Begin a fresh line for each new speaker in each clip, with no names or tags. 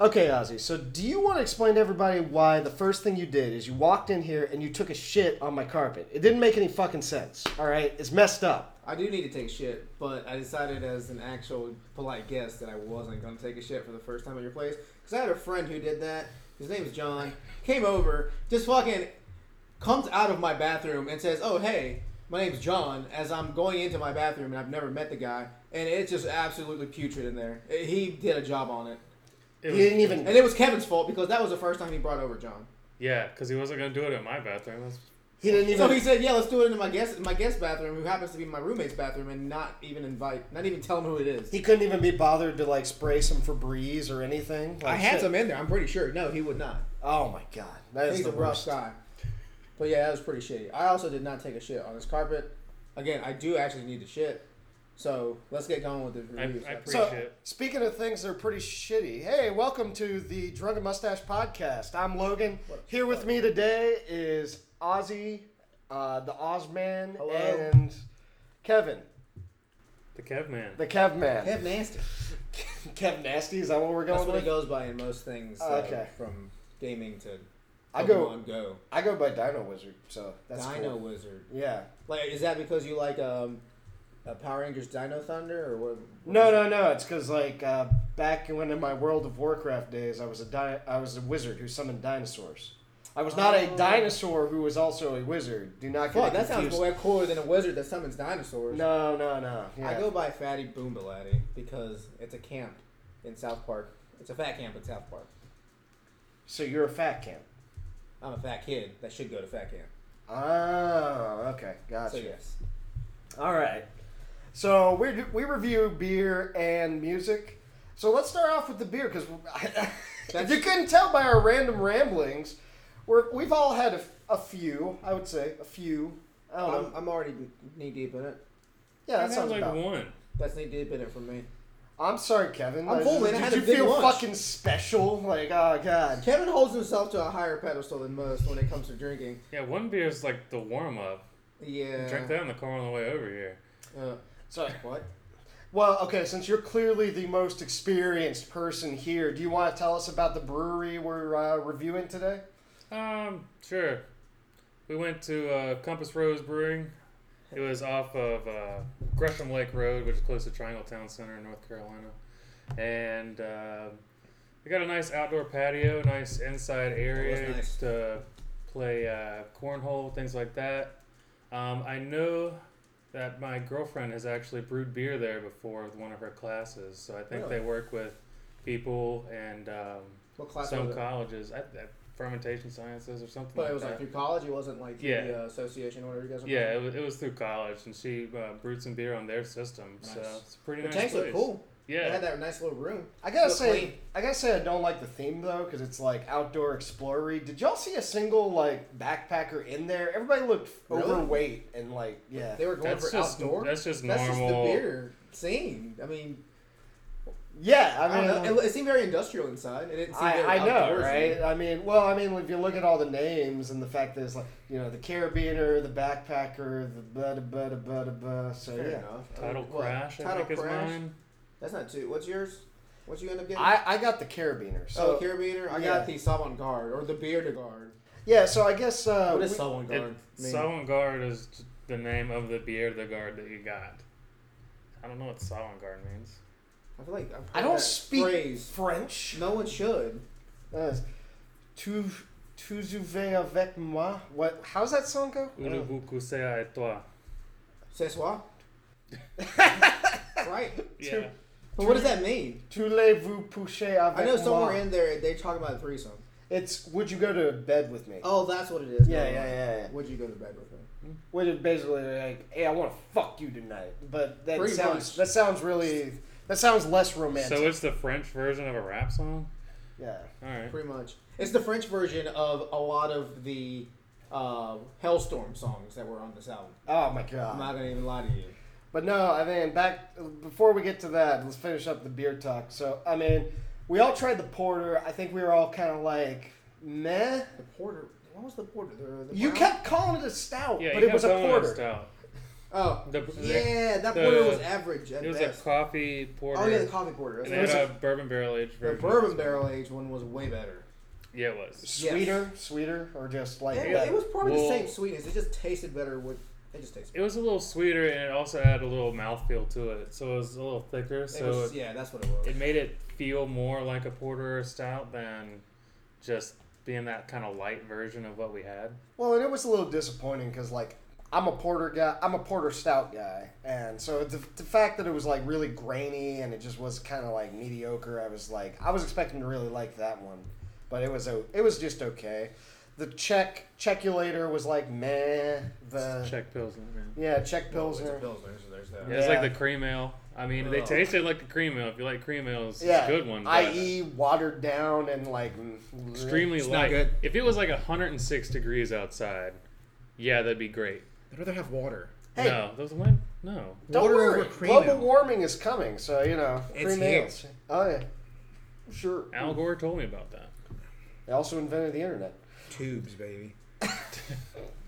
Okay, Ozzy. So, do you want to explain to everybody why the first thing you did is you walked in here and you took a shit on my carpet? It didn't make any fucking sense. All right, it's messed up.
I do need to take shit, but I decided as an actual polite guest that I wasn't going to take a shit for the first time at your place because I had a friend who did that. His name's John. Came over, just fucking comes out of my bathroom and says, "Oh hey, my name's John." As I'm going into my bathroom and I've never met the guy, and it's just absolutely putrid in there. He did a job on it,
You didn't even.
and it was Kevin's fault because that was the first time he brought over John.
Yeah, because he wasn't gonna do it in my bathroom. That's-
He didn't even.
So he said, "Yeah, let's do it in my guest my guest bathroom, who happens to be my roommate's bathroom, and not even invite, not even tell him who it is."
He couldn't even be bothered to like spray some Febreze or anything. Like,
I had
shit.
some in there. I'm pretty sure. No, he would not.
Oh my god, that is
He's
the
a rough
worst.
guy. But yeah, that was pretty shitty. I also did not take a shit on his carpet. Again, I do actually need to shit. So let's get going with the
I,
reviews.
I appreciate
So,
it.
speaking of things that are pretty shitty, hey, welcome to the Drunken Mustache Podcast. I'm Logan.
What
Here with me today is Ozzy, uh, the Ozman,
Hello.
and Kevin,
The Kev Man.
the Kevman.
Kev Nasty.
Kev Nasty, is that what we're
That's
going
what
with?
it goes by in most things.
Oh,
uh,
okay.
From gaming to
I go-
Pokemon Go.
I go by Dino Wizard, so that's
Dino
cool.
Wizard.
Yeah.
Like, is that because you like um, uh, Power Rangers Dino Thunder or what?
No, no, no. It's because like uh, back when in my World of Warcraft days, I was a di- I was a wizard who summoned dinosaurs. I was not a
Oh.
dinosaur who was also a wizard. Do not get
Fuck,
it
that sounds
confused.
way cooler than a wizard that summons dinosaurs.
No, no, no. Yeah.
I go by Fatty Boombalatti because it's a camp in South Park. It's a fat camp in South Park.
So you're a fat camp.
I'm a fat kid that should go to fat camp.
Oh, okay, gotcha.
So yes,
All right. So we we review beer and music. So let's start off with the beer because if
That's-
you couldn't tell by our random ramblings, we're, we've all had a, f- a few. I would say a few. I don't know.
I'm, I'm already knee deep in it.
yeah,
I
that
had
sounds
like
about.
one.
That's knee deep in it for me.
I'm sorry, Kevin.
I'm
Like,
full, man. I
Did
had a
you
big
feel
lunch.
fucking special? Like, oh god.
Kevin holds himself to a higher pedestal than most when it comes to drinking.
Yeah, one beer is like the warm up.
Yeah.
Drink that in the car on the way over here.
Uh,
Sorry.
what?
Well, okay. Since you're clearly the most experienced person here, do you want to tell us about the brewery we're uh, reviewing today?
Um, sure. We went to uh, Compass Rose Brewing. It was off of uh, Gresham Lake Road, which is close to Triangle Town Center in North Carolina. And uh, we got a nice outdoor patio, nice inside
That
area
was nice.
to play uh, cornhole, things like that. Um, I know that my girlfriend has actually brewed beer there before with one of her classes, so I think
Really?
they work with people and. Um,
What class
some
was it?
colleges, I, I, fermentation sciences or something.
But
like
it was like
that.
through college. It wasn't like
Yeah.
the uh, association or whatever you guys. Were
yeah,
calling
it was, it was through college, and she uh, brewed some beer on their system. So
Nice.
it's a pretty
it. The
nice.
tanks
place.
look cool.
Yeah,
They had that nice little room.
I gotta
Look
say,
clean.
I gotta say, I don't like the theme though, because it's like outdoor explorery. Did y'all see a single like backpacker in there? Everybody looked
Really?
overweight and like yeah.
They were going
that's
for
just
outdoor.
that's just
That's just the
normal.
beer scene. I mean,
Yeah,
I
I mean,
don't know. It, it seemed very industrial inside. It didn't seem very
I, I know, right?
outdoorsy.
I mean, well, I mean, if you look at all the names and the fact that it's like, you know, the carabiner, the backpacker, the blah, da, blah, da, blah, da, blah. So,
Fair
yeah.
enough. I
Title
mean, what?
crash, I
Title
think
Crash?
is mine.
That's not two. What's yours? What you end up getting?
I, I got the carabiner. So,
oh, carabiner. I
yeah.
got the Savant Guard or the Bearded Guard.
yeah, so I guess. Uh,
What is
we-
Savant Guard?
It, Solent Guard is t- the name of the beer, the guard that you got. I don't know what Solent Guard means.
I feel like I've
I
heard
don't
that
speak
phrase.
French.
No one should.
Uh, tu, tu jouais avec moi? What? How's that song go? Uh,
Ulu buku sea et toi.
C'est soi. right.
Yeah,
But what does that mean?
Tu les vous coucher avec
I know somewhere
moi?
in there they talk about a threesome.
It's would you go to bed with me?
Oh, that's what it is.
Yeah,
Never
yeah,
mind.
yeah, yeah.
Would you go to bed with her?
Which is basically like, hey, I want to fuck you tonight. But that
Pretty
sounds
much.
that sounds really that sounds less romantic.
so it's the French version of a rap song.
yeah.
All right.
Pretty much. It's the French version of a lot of the uh, Hellstorm songs that were on this album.
Oh my
I'm
god.
not gonna even lie to you.
But no, I mean, back before we get to that, let's finish up the beer talk. So I mean, we all tried the porter. I think we were all kind of like, meh.
The porter. What was the porter? The, the
You
brown-
kept calling it a stout,
Yeah,
but
you
it was a
got Bonehead
porter.
Stout.
Oh,
The,
yeah, that
the-
porter was average at
it was
best.
a coffee porter.
oh yeah, the coffee porter.
and
That's
they
right.
had a bourbon barrel aged
the
version.
bourbon barrel aged one was way better.
Yeah, it was.
Sweeter, sweeter, or just like
It,
that?
it was probably the
Well-
same sweetness. It just tasted better with. It just tasted.
It was a little sweeter, and it also had a little mouthfeel to it, so it was a little thicker.
It
So
was,
it,
yeah, that's what it was.
it made it feel more like a porter or a stout than just being that kind of light version of what we had.
Well, and it was a little disappointing because like I'm a porter guy, I'm a porter stout guy, and so the, the fact that it was like really grainy and it just was kind of like mediocre, I was like I was expecting to really like that one, but it was o- it was just okay. The Czech Czechulator was like meh. The
Czech Pilsner. man.
yeah Czech
Well, it's a
Pilsner.
Pilsner, so there's that.
Yeah, it's like
Yeah.
the cream ale. I mean, they
Oh.
tasted like a cream ale. If you like cream ales, it's
yeah,
a good one. but
I.e. watered down and like
extremely
It's not
light.
good.
If it was like 106 degrees outside, yeah, that'd be great.
I'd rather have water.
Hey.
No, those went no.
Don't
Water
worry,
over cream
global
ale.
warming is coming, so you know
It's
cream
here.
ales. Oh yeah, sure.
Al Gore told me about that.
They also invented the internet.
Tubes, baby.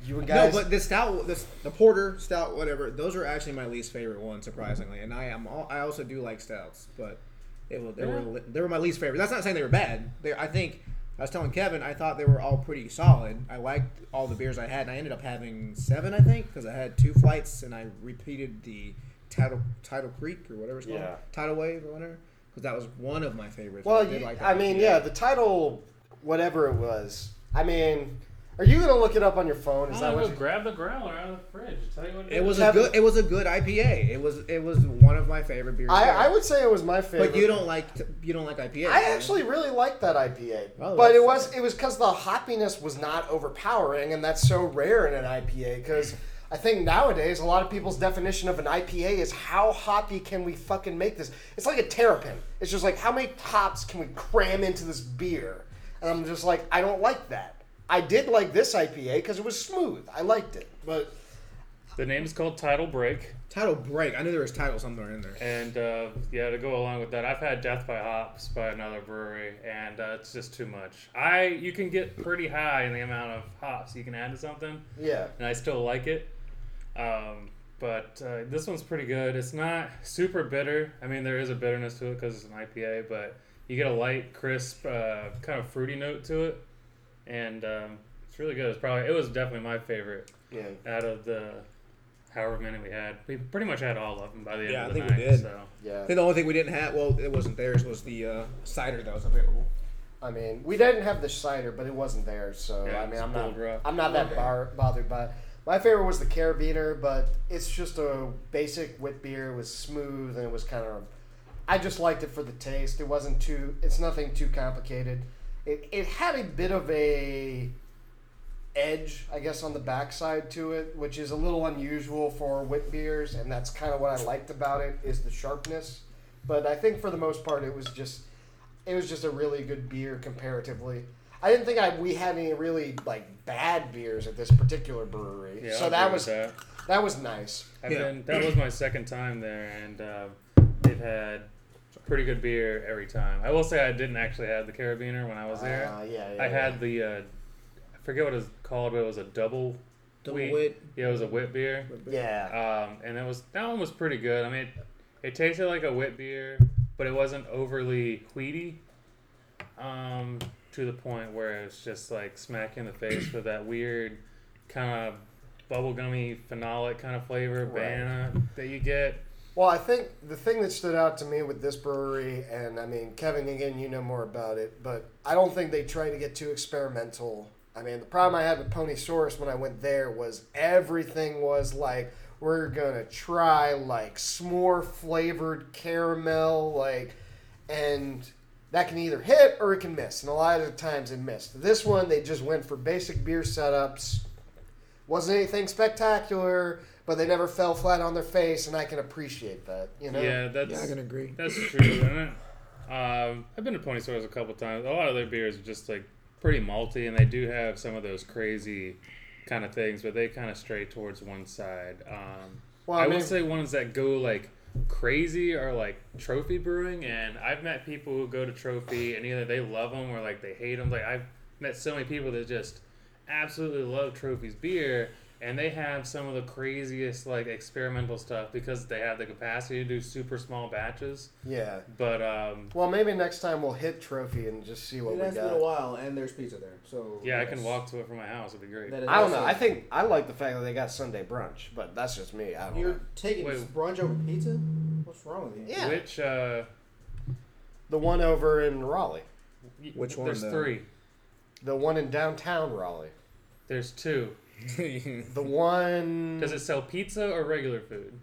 You guys,
No, but the stout, the, the porter, stout, whatever. Those are actually my least favorite ones, surprisingly. And I am, all, I also do like stouts, but they were, they, were, they were my least favorite. That's not saying they were bad. They, I think I was telling Kevin, I thought they were all pretty solid. I liked all the beers I had, and I ended up having seven, I think, because I had two flights, and I repeated the Tidal, Tidal Creek or whatever it's called,
Yeah.
Tidal Wave or whatever, because that was one of my favorites.
well,
did
you,
like
I
that.
mean, yeah, the title, whatever it was. I mean, are you gonna look it up on your phone? Is that what? You,
grab the growler out of the fridge. Tell you what
It was
Kevin-
a good. It was a good IPA. It was. It was one of my favorite beers.
I,
there.
I would say it was my favorite.
But you don't like you don't like IPA.
I actually really liked that IPA,
Oh,
but
that's-
it was it was because the hoppiness was not overpowering, and that's so rare in an IPA. Because I think nowadays a lot of people's definition of an IPA is how hoppy can we fucking make this? It's like a terrapin. It's just like how many hops can we cram into this beer? And I'm just like, I don't like that. I did like this IPA because it was smooth. I liked it, but
The name is called Tidal Break,
title break. I knew there was title somewhere in there.
and uh, yeah, to go along with that, I've had Death by Hops by another brewery, and uh, it's just too much. I you can get pretty high in the amount of hops you can add to something,
yeah,
and I still like it. Um, but uh, this one's pretty good. It's not super bitter. I mean, there is a bitterness to it because it's an IPA, but you get a light, crisp, uh, kind of fruity note to it, and um, it's really good. It's probably it was definitely my favorite
yeah.
out of the however many we had. We pretty much had all of them by the end
Yeah,
of
I
the
think
night.
we did.
So
Yeah,
I think the only thing we didn't have, well, it wasn't theirs, was the uh, cider that was available.
I mean, we didn't have the cider, but it wasn't there, so
Yeah,
I mean,
it's
I'm
cold
not,
rough.
I'm not that bar- bothered by. It. My favorite was the carabiner, but it's just a basic wit beer. It was smooth and it was kind of. I just liked it for the taste. It wasn't too. It's nothing too complicated. It it had a bit of a edge, I guess, on the backside to it, which is a little unusual for wit beers, and that's kind of what I liked about it is the sharpness. But I think for the most part, it was just it was just a really good beer comparatively. I didn't think I we had any really like bad beers at this particular brewery,
yeah,
so
I'll
that
agree
was
with that.
that was nice.
I've
Yeah.
been that was my second time there, and uh, they've had pretty good beer every time. I will say I didn't actually have the carabiner when I was there.
Uh, yeah, yeah,
I
yeah.
had the uh, I forget what it's called, but it was a double.
Double
wheat.
wit.
Yeah, it was a wit beer,
yeah.
um, and that was that one was pretty good. I mean, it, it tasted like a wit beer, but it wasn't overly wheaty, um, to the point where it's just like smack you in the face with that weird kind of bubblegummy phenolic kind of flavor
Right.
banana that you get.
Well, I think the thing that stood out to me with this brewery, and I mean, Kevin, again, you know more about it, but I don't think they tried to get too experimental. I mean, the problem I had with Pony Source when I went there was everything was like, we're gonna try like s'more flavored caramel, like, and that can either hit or it can miss. And a lot of the times it missed. This one, they just went for basic beer setups wasn't anything spectacular, but they never fell flat on their face, and I can appreciate that. You know,
Yeah, that's
agree.
That's true. And I, um, I've been to Pony Stores a couple times. A lot of their beers are just like pretty malty, and they do have some of those crazy kind of things, but they kind of stray towards one side. Um,
Well,
I,
I mean-
will say ones that go like crazy are like trophy brewing, and I've met people who go to trophy, and either they love them or like they hate them. Like I've met so many people that just absolutely love trophy's beer. and they have some of the craziest like experimental stuff because they have the capacity to do super small batches.
Yeah.
But um,
Well, maybe next time we'll hit trophy and just see what
It
we
has been a
got.
while, and there's pizza there. So
yeah, I
yes.
can walk to it from my house. It'd be great.
That is
I don't know.
also-
I think I like the fact that they got Sunday brunch, but that's just me. I don't know.
you're taking
Wait.
brunch over pizza. What's wrong with you?
Yeah.
Which uh,
The one over in Raleigh,
y-
Which one, uh,
There's
though?
three.
the one in downtown Raleigh,
There's two.
the one,
Does it sell pizza or regular food?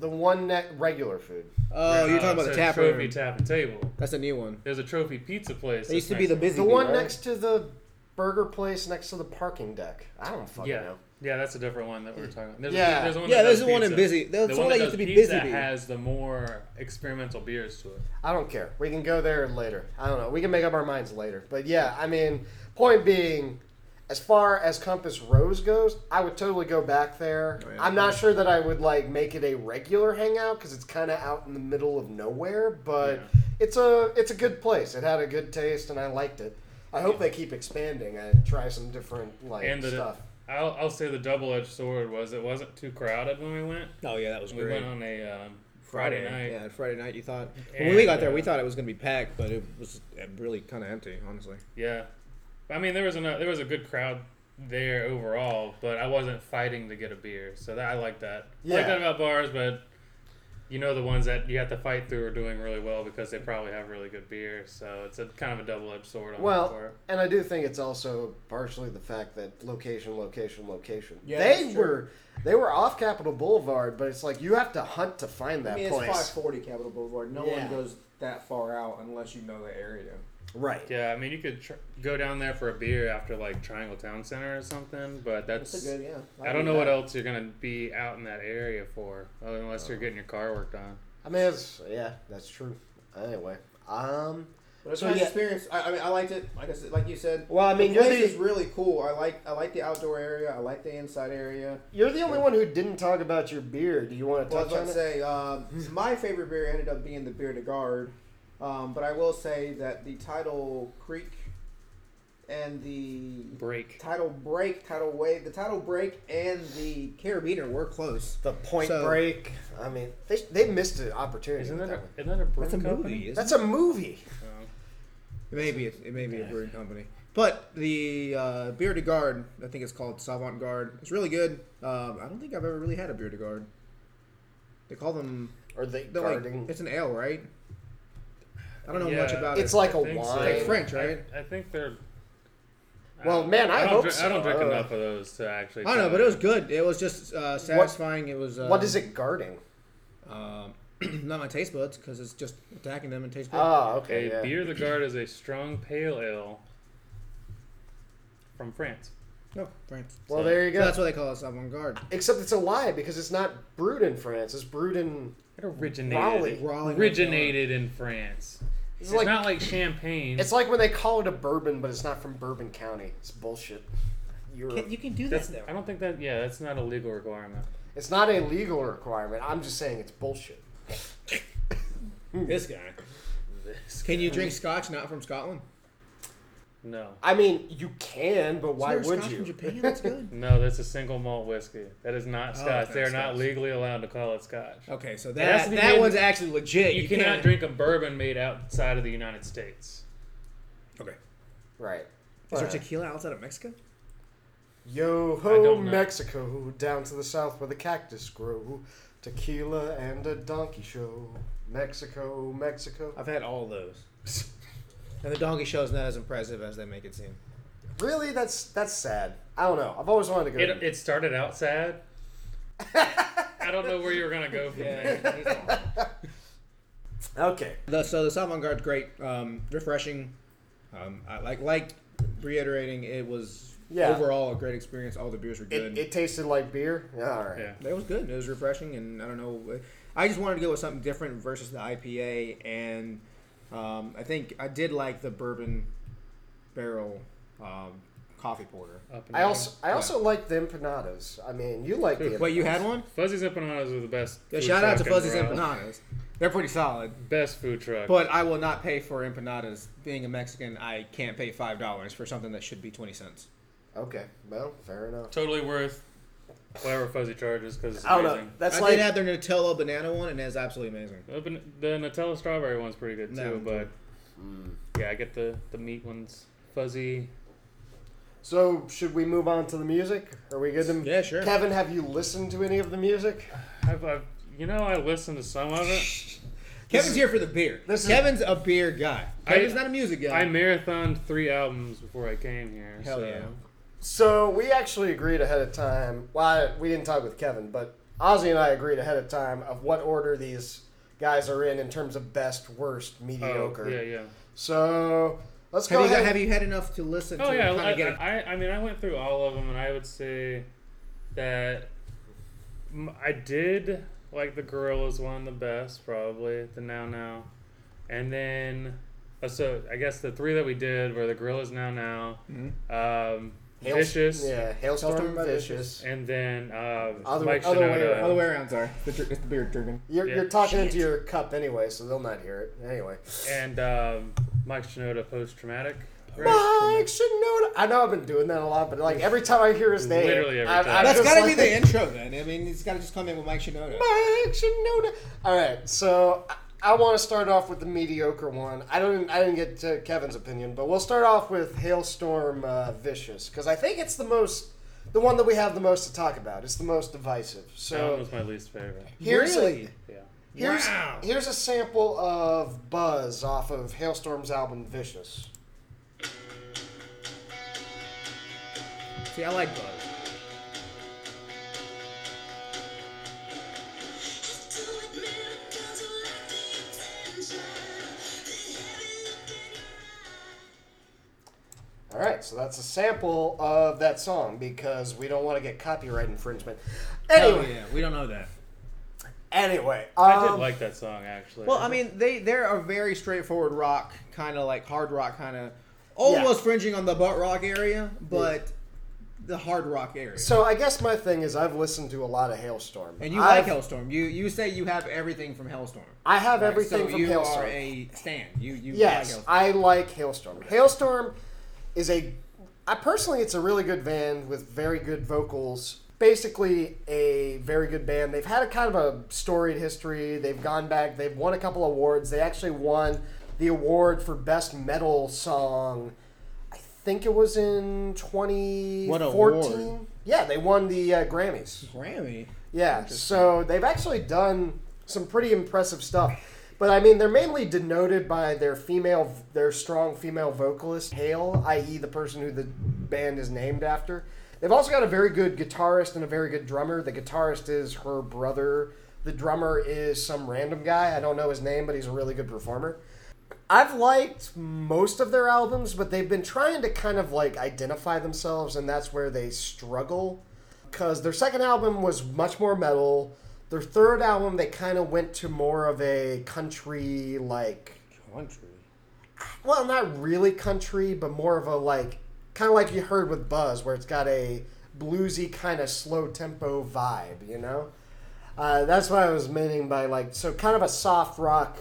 the one that regular food.
oh, you're
Uh,
talking about the
it's a
tap
trophy
room.
tap and table.
That's a new one.
There's a trophy pizza place.
It used to
that's
be the
next
busy
The
bee,
one
right?
next to the burger place next to the parking deck. I don't
door.
fucking
Yeah,
know.
yeah, that's a different one that we were talking about. There's
Yeah.
a, there's one
Yeah,
that
there's
does
the one in
pizza.
busy. There's
the
the one that used
does
to be
pizza
busy bee.
has the more experimental beers to it.
I don't care. We can go there later. I don't know. We can make up our minds later. But yeah, I mean, point being, as far as Compass Rose goes, I would totally go back there.
Oh, yeah.
I'm not sure that I would like make it a regular hangout because it's kind of out in the middle of nowhere. But
Yeah.
it's a it's a good place. It had a good taste, and I liked it. I hope they keep expanding and try some different like
And the-
stuff.
I'll, I'll say the double-edged sword was it wasn't too crowded when we went.
Oh yeah, that was
We
great.
went on a um, Friday, night.
Yeah, Friday night. You thought Well, when we
And,
got there, we
uh,
thought it was gonna be packed, but it was uh, really kind of empty, honestly.
Yeah. I mean, there was a there was a good crowd there overall, but I wasn't fighting to get a beer, so that I like that. I
Yeah.
like that about bars, but you know the ones that you have to fight through are doing really well because they probably have really good beer, so it's a kind of a double edged sword. On
Well,
that part.
and I do think it's also partially the fact that location, location, location.
Yeah,
they
that's true.
were they were off Capitol Boulevard, but it's like you have to hunt to find that
I mean, it's
place.
540 Capitol Boulevard. No
Yeah.
one goes that far out unless you know the area.
Right.
yeah, I mean you could tr- go down there for a beer after like Triangle Town Center or something, but that's.
That's a good, yeah.
I don't know what else you're gonna be out in that area for, unless you're getting your car worked on.
I mean, it's yeah, that's true. Anyway, um,
But it's
So,
a nice
yeah.
experience. I, I mean, I liked it. Like I said, like you said,
well, I mean,
the
you're
place is
the
really cool. I like I like the outdoor area. I like the inside area.
you're the only one who didn't talk about your beer. Do you want to
Well, I
touch
was about
on
to
it?
say, um, my favorite beer ended up being the Beer de Garde, um, but I will say that the Tidal Creek and the
Break.
Tidal Break, Tidal Wave, the Tidal Break and the Carabiner were close.
The Point
So-
Break. I mean, they, they missed an opportunity.
Isn't
with
that
that one.
a, isn't that a brew
That's a
company?
movie. Isn't
That's a movie.
Oh.
It may be, it may be a brewing company. But the uh, Beer de Garde, I think it's called Savant Garde. It's really good. Um, I don't think I've ever really had a Beer de Garde. They call them.
Or the
they're like-
garden.
it's an ale, right? I don't know much
Yeah.
about
it's
it.
like a
I think so.
wine.
Like French, right?
I, I think they're.
Well, man, I
don't
hope
drink,
so.
I don't drink
Uh,
enough of those to actually.
I don't know,
tell
but it
you.
was good. It was just uh, satisfying. it was. Uh,
what is it guarding?
Um, not my taste buds because it's just attacking them and taste good.
Oh, okay.
A
yeah.
beer the guard is a strong pale ale from France.
no, France.
Well,
So-
there you
So
go.
that's why they call us avant garde.
Except it's a lie because it's not brewed in France. It's brewed in.
It originated.
Raleigh.
Raleigh,
originated in France.
It's,
It's,
like
not like champagne.
it's like when they call it a bourbon, but it's not from Bourbon County. It's bullshit. Europe.
you can do
That's- I don't think that. Yeah, that's not a legal requirement.
it's not a legal requirement. I'm just saying it's bullshit.
This guy. Can you drink scotch not from Scotland?
No,
I mean, you can, but why
Is there
would
scotch
you?
From Japan, that's good.
no, that's a single malt whiskey. That is not scotch.
that's
they are not
Oh, scotch.
legally allowed to call it scotch.
Okay, so
It has
that
to be
that
made-
one's actually legit.
You, cannot
can't-
drink a bourbon made outside of the United States.
Okay.
Right.
Is there
Uh,
tequila outside of Mexico?
Yo
I
ho,
don't know.
Mexico, down to the south where the cactus grow, tequila and a donkey show. Mexico, Mexico.
I've had all those. and the donkey show is not as impressive as they make it seem.
Really, that's that's sad. I don't know. I've always wanted to go.
It,
to-
it started out sad. I don't know where you're gonna go from there.
okay.
The, so the Savant Garde's great, um, refreshing. Um, I, like like reiterating, it was
Yeah.
overall a great experience. All the beers were good.
It, it tasted like beer. Yeah, all right.
Yeah.
It was good. It was refreshing, and I don't know. I just wanted to go with something different versus the IPA, and um, I think I did like the bourbon barrel um, coffee porter.
Up and
I
down.
also I also like the empanadas. I mean, you like the
Wait, you had one?
Fuzzy's empanadas are the best.
Yeah,
food
shout out to
truck in
Fuzzy's
Raleigh.
Empanadas. They're pretty solid,
Best food truck.
but I will not pay for empanadas. Being a Mexican, I can't pay five dollars for something that should be twenty cents.
Okay, well, fair enough.
totally worth whatever fuzzy charges because it's
I don't know.
amazing.
That's
I
like
did have their Nutella banana one, and it's absolutely amazing.
The ban- The Nutella strawberry one's pretty good
No,
too,
I'm
but yeah, I get the the meat ones fuzzy.
So, should we move on to the music? Are we good? To...
Yeah, sure.
Kevin, have you listened to any of the music?
I've, I've you know I listened to some of it.
Kevin's here for the beer.
this is-
Kevin's a beer guy.
I-
Kevin's not a music guy.
I marathoned three albums before I came here.
Hell
so. Oh,
yeah.
So we actually agreed ahead of time. Well, I- we didn't talk with Kevin, but Ozzy and I agreed ahead of time of what order these guys are in in terms of best, worst,
Oh,
mediocre.
yeah, yeah.
So let's
have
go
you, got,
ahead.
have you had enough to listen
Oh
to
yeah,
kind
I,
of get a,
I, I mean, I went through all of them, and I would say that m- I did like the Gorillas one the best, probably the Now Now, and then uh, so I guess the three that we did were the Gorillas Now Now, um,
Hail-
Vicious,
Yeah, hailstorm,
Hailstorm
vicious.
Vicious.
and then um,
Other-
Mike
other way
Shinoda.
around.
other way around? Sorry, the, dr- it's the beer drinking.
You're,
Yeah.
you're talking into your cup anyway, so they'll not hear it anyway.
and um, Mike Shinoda post traumatic.
Mike Shinoda. I know I've been doing that a lot, but like every time I hear his name,
Literally every
I'm-
time.
I'm
That's
just
got to
like-
be the intro then. I mean, he's got to just come in with Mike Shinoda.
Mike Shinoda. All right, so I, I want to start off with the mediocre one. I don't. I didn't get to Kevin's opinion, but we'll start off with Hailstorm uh, Vicious because I think it's the most, the one that we have the most to talk about. It's the most divisive.
That one
So
was my least favorite.
here's
really?
Yeah.
a, here's
Wow.
here's a sample of Buzz off of Hailstorm's album Vicious.
See, I like Buzz.
All right, so that's a sample of that song because we don't want to get copyright infringement.
Oh
Anyway,
yeah, we don't know that.
anyway,
I did
um,
like that song actually.
Well, I mean, they they're a very straightforward rock kind of like hard rock kind of almost fringing on the butt rock area, but the hard rock area.
So I guess my thing is I've listened to a lot of Hailstorm.
and you
I've-
like Hellstorm. You you say you have everything from Hellstorm.
I have
Right,
everything
so
from
you
Hailstorm.
are a stan. You you
yes,
like Hellstorm.
I like Hailstorm. Hailstorm is a I personally it's a really good band with very good vocals. Basically a very good band. They've had a kind of a storied history. They've gone back, they've won a couple awards. They actually won the award for best metal song. I think it was in 2014.
award?
Yeah, they won the uh, Grammys.
Grammy.
Yeah, so they've actually done some pretty impressive stuff. But I mean, they're mainly denoted by their female, their strong female vocalist, Hale, i.e., the person who the band is named after. They've also got a very good guitarist and a very good drummer. The guitarist is her brother. The drummer is some random guy. I don't know his name, but he's a really good performer. I've liked most of their albums, but they've been trying to kind of like identify themselves, and that's where they struggle. Because their second album was much more metal. Their third album, they kind of went to more of a country, like,
Country.
well, not really country, but more of a like, kind of like you heard with Buzz, where it's got a bluesy kind of slow tempo vibe, you know? Uh, that's what I was meaning by like, so kind of a soft rock,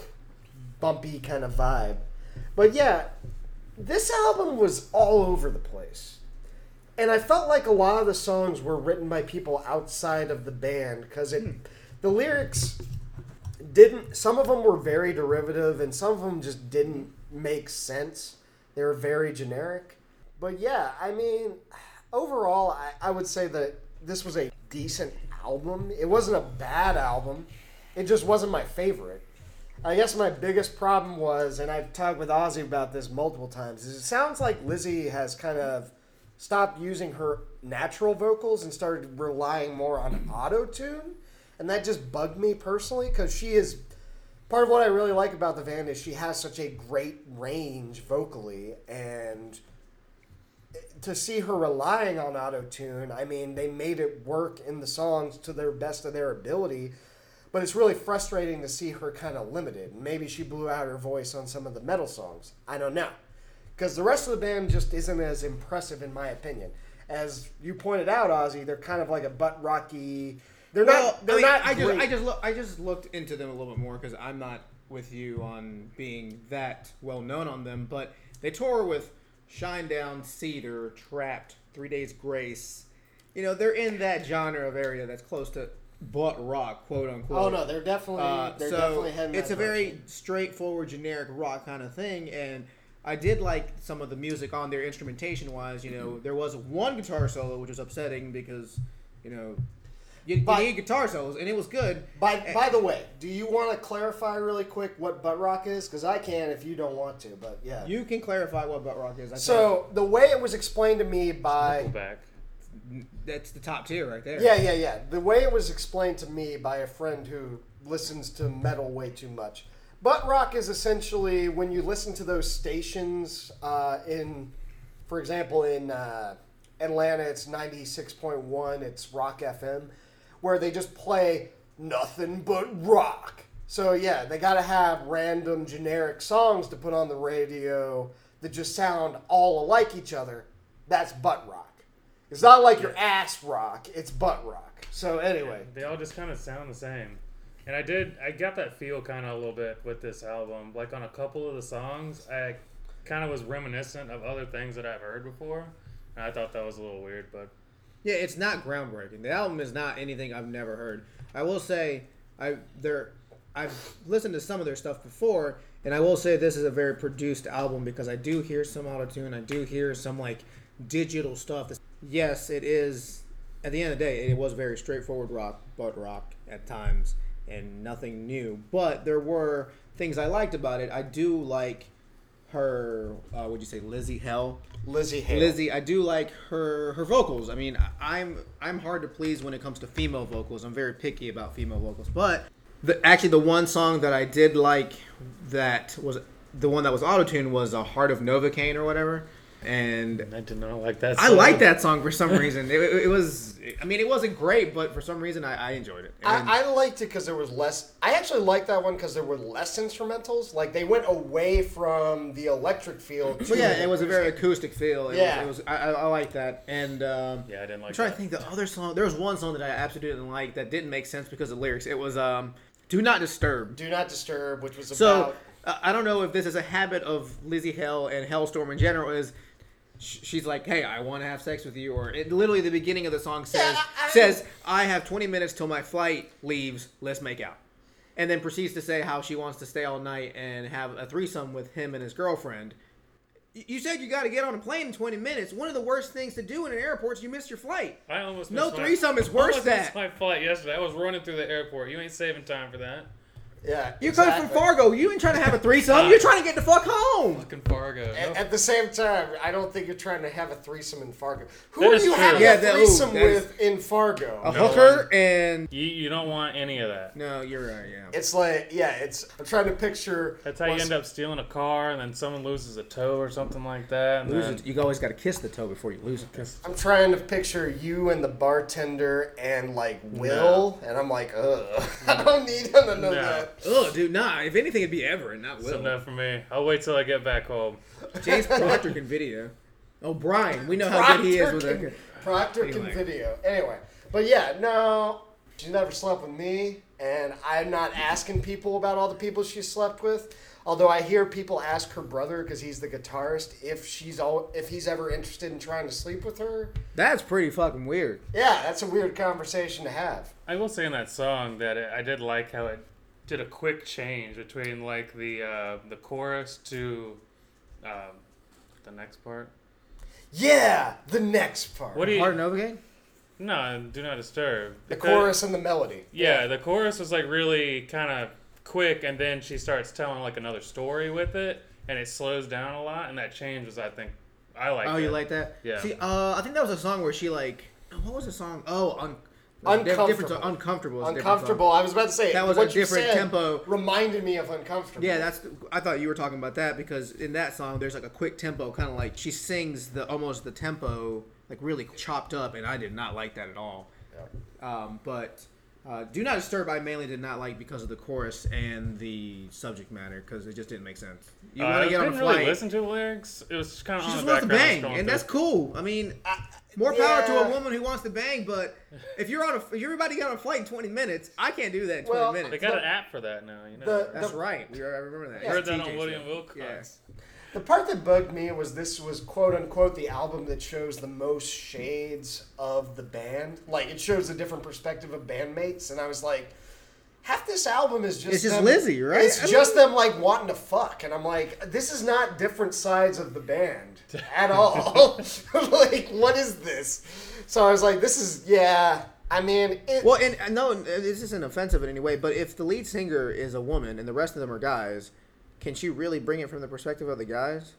bumpy kind of vibe. But yeah, this album was all over the place. And I felt like a lot of the songs were written by people outside of the band because it, the lyrics didn't some of them were very derivative and some of them just didn't make sense they were very generic but yeah i mean overall i, I would say that this was a decent album it wasn't a bad album it just wasn't my favorite i guess my biggest problem was and i've talked with ozzy about this multiple times is it sounds like lizzie has kind of stopped using her natural vocals and started relying more on auto tune and that just bugged me personally because she is part of what I really like about the band is she has such a great range vocally, and to see her relying on auto tune, I mean, they made it work in the songs to their best of their ability. But it's really frustrating to see her kind of limited. Maybe she blew out her voice on some of the metal songs. I don't know. Because the rest of the band just isn't as impressive, in my opinion. As you pointed out, Ozzy, they're kind of like a butt rocky. They're
Well,
not.
I,
They're
mean,
not.
I just
great.
I just look I just looked into them a little bit more because I'm not with you on being that well known on them, but they tour with Shinedown, Cedar, Trapped, Three Days Grace, you know they're in that genre of area that's close to butt rock, quote unquote.
Oh no, they're definitely
Uh,
they're
so
definitely heading.
it's a
that
very
direction.
straightforward, generic rock kind of thing, and I did like some of the music on there, instrumentation wise. You
Mm-hmm.
know, there was one guitar solo which was upsetting because, you know, you, you
But-
need guitar solos, and it was good.
By by the way, do you want to clarify really quick what butt rock is? Because I can if you don't want to, but yeah.
You can clarify what butt rock is. I
so the way it was explained to me by
Nickelback.
think that's the top tier right there.
Yeah, yeah, yeah. The way it was explained to me by a friend who listens to metal way too much. Butt rock is essentially when you listen to those stations uh, in, for example, in uh, Atlanta, it's 96.1, it's Rock FM, where they just play nothing but rock. So, yeah, they got to have random generic songs to put on the radio that just sound all alike each other. That's butt rock. It's not like your ass rock, it's butt rock. So anyway,
They all just kind of sound the same. And I did, I got that feel kind of a little bit with this album. Like on a couple of the songs, I kind of was reminiscent of other things that I've heard before. And I thought that was a little weird, but
Yeah, it's not groundbreaking. The album is not anything I've never heard. I will say I there I've listened to some of their stuff before, and I will say this is a very produced album because I do hear some auto tune, I do hear some like digital stuff. Yes, it is. At the end of the day, it was very straightforward rock, but rock at times, and nothing new. But there were things I liked about it. I do like her. Uh, would you say Lizzie Hell?
Lizzie Hale.
Lizzie, I do like her her vocals. I mean, I- I'm I'm hard to please when it comes to female vocals. I'm very picky about female vocals, but the, actually, the one song that I did like that was the one that was auto-tuned was a Heart of Novocaine or whatever, and
I did not like that.
I
song.
like that song for some reason. It, it was, I mean, it wasn't great, but for some reason, I, I enjoyed it. And-
I, I liked it because there was less. I actually liked that one because there were less instrumentals. Like they went away from the electric field.
so yeah, it was a very acoustic feel. It
Yeah.
was, it was I, I, I like that, and um,
Yeah, I didn't like
I'm trying
that.
to think the other song. There was one song that I absolutely didn't like that didn't make sense because of lyrics. It was um, "Do Not Disturb."
Do not disturb, which was
So
about.
uh, I don't know if this is a habit of Lizzie Hell and Hellstorm in general. Is sh- she's like, "Hey, I want to have sex with you," or it, literally the beginning of the song says
Yeah, I-
says, "I have 20 minutes till my flight leaves. Let's make out." And then proceeds to say how she wants to stay all night and have a threesome with him and his girlfriend. Y- You said you got to get on a plane in 20 minutes. One of the worst things to do in an airport is you miss your flight.
I almost
No
missed my-
threesome is worse
almost
than-
missed my flight yesterday. I was running through the airport. You ain't saving time for that.
Yeah,
You're coming
exactly.
from Fargo. You ain't trying to have a threesome. You're trying to get the fuck home.
Fucking Fargo.
Eh,
At,
No.
at the same time, I don't think you're trying to have a threesome in Fargo. Who
That
are
is
you
true.
having
Yeah,
a
that- ooh,
threesome
that is- Uh-huh.
with in Fargo?
A
No
hooker and
You, you don't want any of that.
no, you're right. Yeah.
It's like yeah, it's. I'm trying to picture.
That's how you
once-
end up stealing a car, and then someone loses a toe or something like that. And
Lose
then,
it. You always got to kiss the toe before you lose it.
I'm trying to picture you and the bartender and like Will, and I'm like, ugh, I don't need him to know
No.
that.
Ugh, dude, nah. If anything, it'd be Everett, not
That's enough for me. I'll wait till I get back home.
James Proctor can video. Oh, Brian, we know how good he is with
Proctor
a.
can- Proctor can
Anyway.
video. Anyway, but yeah, no, she never slept with me, and I'm not asking people about all the people she slept with. Although I hear people ask her brother because he's the guitarist if she's all if he's ever interested in trying to sleep with her.
That's pretty fucking weird.
Yeah, that's a weird conversation to have.
I will say in that song that it, I did like how it did a quick change between like the uh, the chorus to um, the next part.
Yeah, the next part,
What do you?
Hard Novocaine?
no, do not disturb.
the
Because-
chorus and the melody.
Yeah, the chorus was like really kind of quick, and then she starts telling like another story with it, and it slows down a lot. And that change was, I think, I like.
Oh, you like that?
Yeah.
See, uh, I think that was a song where she like. What was the song? Oh, un. no, di- Different
Uncomfortable.
song. uncomfortable. is a different song.
Uncomfortable. I was about to say
That was a
what you
different
said
tempo.
Reminded me of uncomfortable.
Yeah, that's. I thought you were talking about that because in that song, there's like a quick tempo, kind of like she sings the almost the tempo like really chopped up, and I did not like that at all. Um, but uh, "Do Not Disturb" I mainly did not like because of the chorus and the subject matter because it just didn't make sense. You
Uh, I
want to get on a
didn't really
flight?
listen to the lyrics. It was kind of
she
on
just
the
wants to
background.
bang,
scrolling
and that's
through.
cool. I mean, more power to
yeah.
a woman who wants to bang. But if you're on a, if you're about to get on a flight in 20 minutes, I can't do that in 20
Well,
minutes.
They got an app for that now. You know.
The-
right?
That's right. We are, I remember that.
I heard
It's
that
TJ
on
's
William
show. Yeah.
Wilcox.
The part that bugged me was this was quote unquote the album that shows the most shades of the band. Like it shows a different perspective of bandmates, and I was like, half this album is just
It's just
them-
Lizzie, right?
It's
I mean-
just them like wanting to fuck, and I'm like, this is not different sides of the band at all. like, what is this? So I was like, this is yeah. I mean, it,
Well, and and no, this isn't offensive in any way, but if the lead singer is a woman and the rest of them are guys, can she really bring it from the perspective of the guys?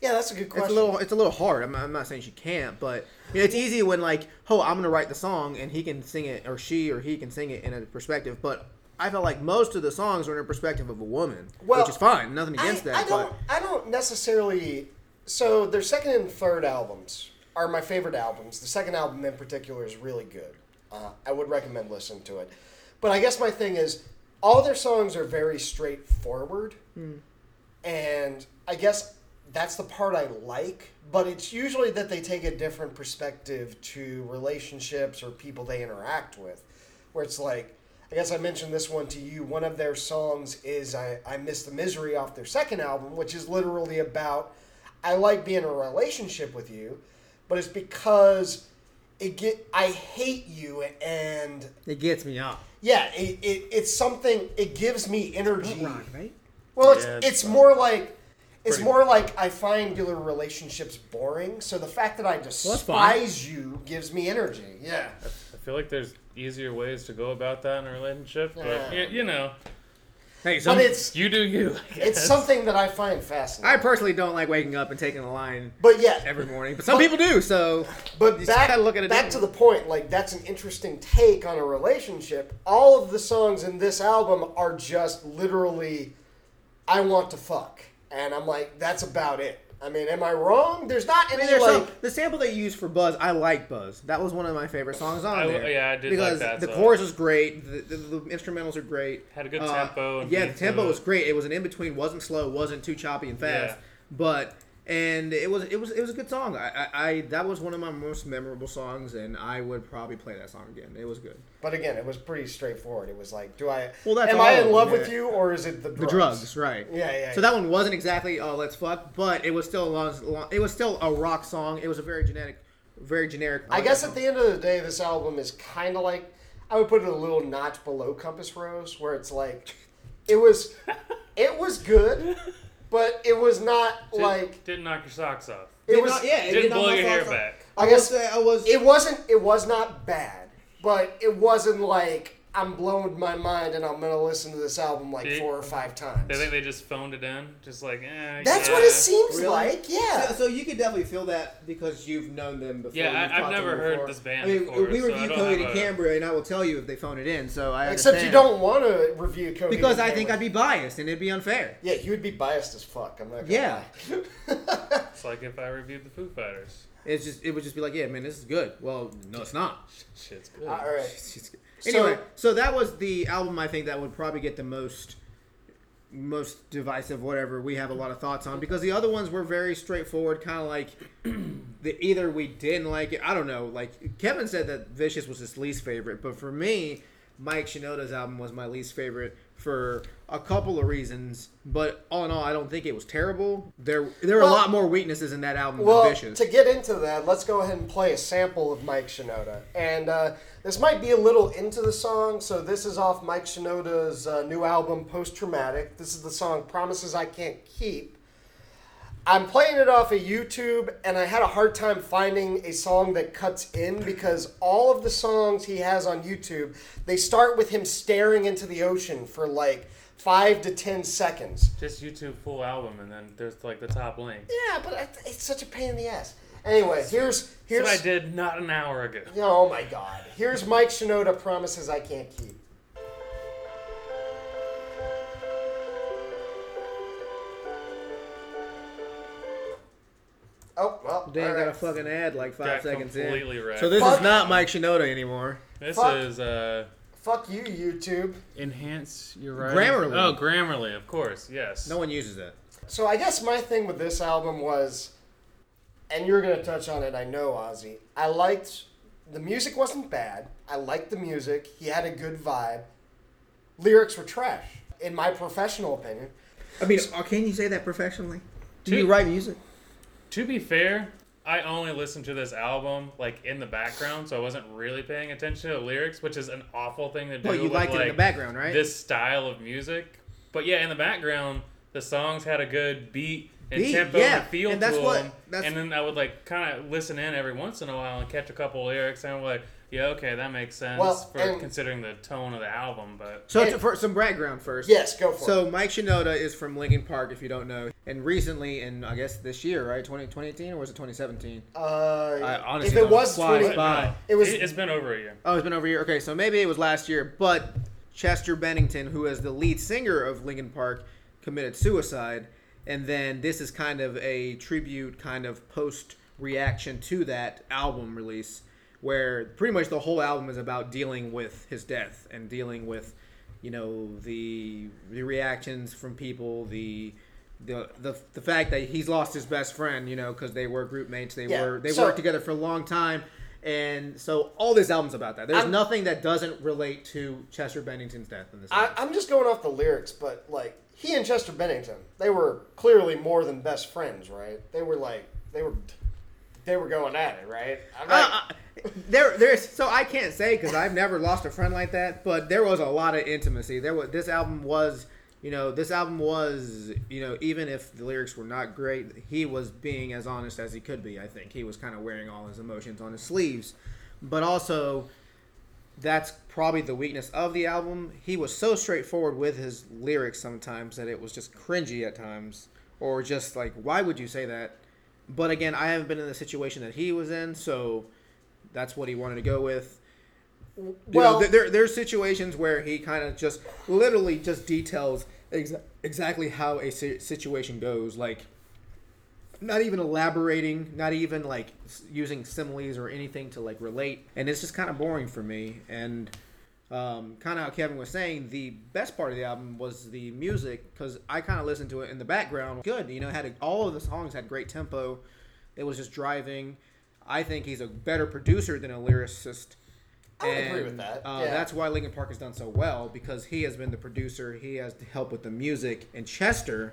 yeah, that's a good question.
It's a little, it's a little hard. I'm, I'm not saying she can't, but you know, it's easy when like, oh, I'm gonna write the song and he can sing it, or she or he can sing it in a perspective. But I felt like most of the songs were in a perspective of a woman,
Well,
which is fine. Nothing against
I,
that,
I
but
don't. I don't necessarily. So their second and third albums are my favorite albums. The second album in particular is really good. Uh, I would recommend listening to it. But I guess my thing is, all their songs are very straightforward, and I guess that's the part I like. But it's usually that they take a different perspective to relationships or people they interact with, where it's like, I guess I mentioned this one to you. One of their songs is I, I Miss the Misery off their second album, which is literally about I like being in a relationship with you, but it's because it get I hate you and
it gets me up.
yeah, it, it, it's something it gives me energy.
right?
Well, it's
Yeah,
it's,
it's fine.
more like it's
Pretty
more like I find your relationships boring. So the fact that I
fine.
despise you gives me energy. Yeah.
I feel like there's easier ways to go about that in a relationship, but
Yeah.
y- you know,
Hey,
But
some,
it's
you do you. I
it's
guess.
something that I find fascinating.
I personally don't like waking up and taking a line
but yeah,
every morning, but some people do. So
But
You just
back,
gotta look at it
back to the
differently.
point, like that's an interesting take on a relationship. All of the songs in this album are just literally, I want to fuck, and I'm like, that's about it. I mean, am I wrong? There's not
I mean,
any
there's
like,
some, the sample they used for Buzz, I like Buzz. That was one of my favorite songs on
I-
there.
yeah, I did like
because
that
the
song.
chorus was great. The, the, the instrumentals are great.
Had a good tempo
Uh,
and
yeah, the
beat
tempo
to
was
it.
great. It was an in between. wasn't slow. wasn't too choppy and fast.
Yeah.
But and it was it was it was a good song. I, I, I that was one of my most memorable songs, and I would probably play that song again. It was good.
but again, it was pretty straightforward. It was like, do I?
Well, that's
am I
all
in
of
love
them,
with
yeah.
you, or is it the
The
drugs?
drugs, right?
Yeah, yeah.
So
yeah.
that one wasn't exactly oh let's fuck, but it was still a long, long- it was still a rock song. It was a very generic, very generic.
I guess
song.
at the end of the day, this album is kind of like I would put it a little notch below Compass Rose, where it's like it was it was good, but it was not
Did-
like
didn't knock your socks off.
it
Did
was
not- yeah, it
Didn't
did not
blow
knock
your
my
hair
socks off.
back.
I
I
guess-
guess I was.
it wasn't it was not bad, but it wasn't like I'm blowing my mind and I'm gonna listen to this album like
Did-
four or five times.
I think they just phoned it in, just like eh,
That's
yeah.
what it seems
Really?
like, yeah.
So, so you could definitely feel that because you've known them before.
Yeah, I-
you've
I've
talked to
never
them
heard
before.
this band
I mean,
before,
we
so I
reviewed
don't
Cody
have a-
Canberra, and I will tell you if they phone it in. So I
Except you
understand.
don't want to review Cody
because
and
I think
Cameron.
I'd be biased and it'd be unfair.
yeah, you would be biased as fuck. I'm not. Gonna
Yeah,
It's like if I reviewed the Foo Fighters.
it's just it would just be like, yeah, man, this is good. Well, no, it's not.
Shit's good.
All right.
Anyway, so that was the album I think that would probably get the most most divisive whatever we have a lot of thoughts on because the other ones were very straightforward kind of like the either we didn't like it i don't know like kevin said that vicious was his least favorite but for me mike shinoda's album was my least favorite for a couple of reasons but all in all i don't think it was terrible there there were
Well-
a lot more weaknesses in that album
Well,
than vicious
to get into that, let's go ahead and play a sample of Mike Shinoda. And uh, this might be a little into the song, so this is off Mike Shinoda's uh, new album, Post Traumatic. This is the song Promises I Can't Keep. I'm playing it off of YouTube, and I had a hard time finding a song that cuts in because all of the songs he has on YouTube, they start with him staring into the ocean for like five to ten seconds.
Just YouTube full album, and then there's like the top link.
Yeah, but I- it's such a pain in the ass. Anyway, here's
That's
here's
what I did not an hour ago.
Oh my God! Here's Mike Shinoda promises I can't keep. Oh well.
they
all
ain't got a
right.
fucking ad like five
Got
seconds
completely
in
wrecked.
so this
Fuck.
is not mike shinoda anymore
This
Fuck.
is uh,
Fuck you, YouTube.
enhance your
writing. Grammarly.
Oh, Grammarly, of course. Yes.
no one uses it
So I guess my thing with this album was, and you're gonna touch on it, I know, Ozzy. I liked the music wasn't bad. I liked the music. He had a good vibe. Lyrics were trash, in my professional opinion.
I mean, uh, can you say that professionally? Do you write music?
To be fair, I only listened to this album like in the background, so I wasn't really paying attention to the lyrics, which is an awful thing to do.
Well, you
with,
liked it in the
like,
background, right?
This style of music, but yeah, in the background, the songs had a good beat and
Beat,
tempo
yeah,
and feel
and that's
to
what-
them.
that's-
And then I would like kind of listen in every once in a while and catch a couple lyrics, and I'm like, yeah, okay, that makes sense
Well,
for
and-
considering the tone of the album, but
so to- for some background first.
Yes, go for it.
So Mike Shinoda is from Lincoln Park, if you don't know. And recently, and I guess this year, right, 20, 2018 or was it 2017?
Uh,
I honestly
if it
don't
was
fly
20,
by.
it was
it's been over a year.
Oh, it's been over a year. Okay, so maybe it was last year, but Chester Bennington, who is the lead singer of Linkin Park, committed suicide, and then this is kind of a tribute, kind of post reaction to that album release, where pretty much the whole album is about dealing with his death and dealing with, you know, the the reactions from people, the. The, the, the fact that he's lost his best friend, you know, because they were group mates, they
Yeah,
were they
so-
worked together for a long time, and so all this album's about that. There's
I'm-
nothing that doesn't relate to Chester Bennington's death in this.
I,
album.
I'm just going off the lyrics, but like he and Chester Bennington, they were clearly more than best friends, right? They were like they were they were going at it, right? I'm not-
Uh, uh, there, there's so I can't say because I've never lost a friend like that, but there was a lot of intimacy. There was this album was, you know, this album was, you know, even if the lyrics were not great, he was being as honest as he could be. I think he was kind of wearing all his emotions on his sleeves, but also that's probably the weakness of the album. He was so straightforward with his lyrics sometimes that it was just cringy at times, or just like, why would you say that? But again, I haven't been in the situation that he was in, so that's what he wanted to go with. You
well,
know, there, there there's situations where he kind of just literally just details ex- exactly how a si- situation goes, like not even elaborating, not even like s- using similes or anything to like relate, and it's just kind of boring for me. And um, kind of how Kevin was saying, the best part of the album was the music because I kind of listened to it in the background. Good, you know, had a, all of the songs had great tempo. It was just driving. I think he's a better producer than a lyricist.
I would agree with that,
Uh,
yeah.
That's why Linkin Park has done so well because he has been the producer. He has helped with the music, and Chester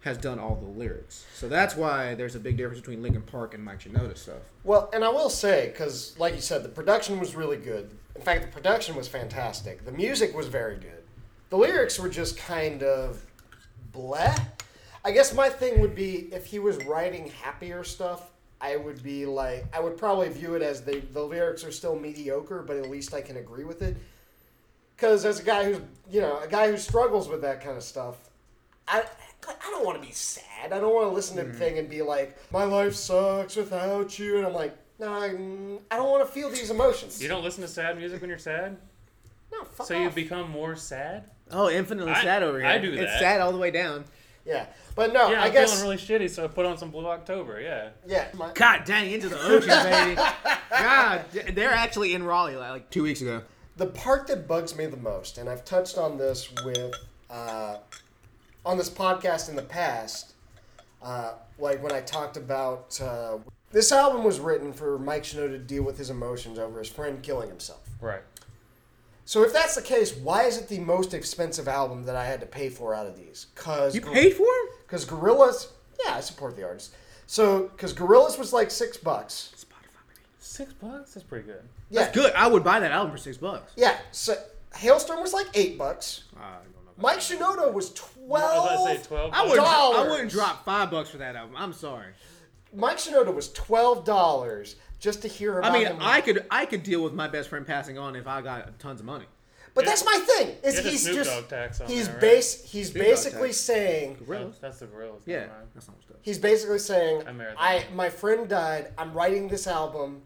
has done all the lyrics. So that's why there's a big difference between Linkin Park and Mike Shinoda stuff.
well, and I will say because, like you said, the production was really good. In fact, the production was fantastic. The music was very good. The lyrics were just kind of bleh. I guess my thing would be if he was writing happier stuff, I would be like, I would probably view it as the, the lyrics are still mediocre, but at least I can agree with it. Because as a guy who's, you know, a guy who struggles with that kind of stuff, I, I don't want to be sad. I don't want to listen
Mm-hmm.
to the thing and be like, my life sucks without you. And I'm like, no, I'm, I don't want to feel these emotions.
You don't listen to sad music when you're sad,
no, fuck
so you
off.
become more sad.
Oh, infinitely
I-
sad over here.
I do
It's
that.
sad all the way down.
yeah. But no,
Yeah,
I
I'm
guess.
feeling really shitty, so I put on some Blue October. Yeah.
yeah. my-
God dang, into the ocean, baby. God, they're actually in Raleigh like, like two weeks ago.
the part that bugs me the most, and I've touched on this with uh, on this podcast in the past, uh, like when I talked about uh, this album was written for Mike Shinoda to deal with his emotions over his friend killing himself.
Right.
So if that's the case, why is it the most expensive album that I had to pay for out of these? Cause
You paid for him?
because Gorillaz, yeah, I support the artist. So because Gorillaz was like six bucks.
Spotify. baby.
Six bucks? That's pretty good.
Yeah,
That's good. I would buy that album for six bucks.
yeah. So Hailstorm was like eight bucks.
I don't know.
Mike Shinoda was
I
twelve.
was about to say 12.
I wouldn't. I
Dollars.
wouldn't drop five bucks for that album. I'm sorry.
Mike Shinoda was twelve dollars just to hear about
I mean,
him.
I could. I could deal with my best friend passing on if I got tons of money.
but that's my thing. Is
Get a
he's
Snoop
just
Dogg tax on
he's
there, right?
base he's
Dogg
basically
tax.
saying
Really?
That's, that's the gorillas.
Yeah.
never mind.
That's not stuff.
he's basically saying
I'm married.
I my friend died. I'm writing this album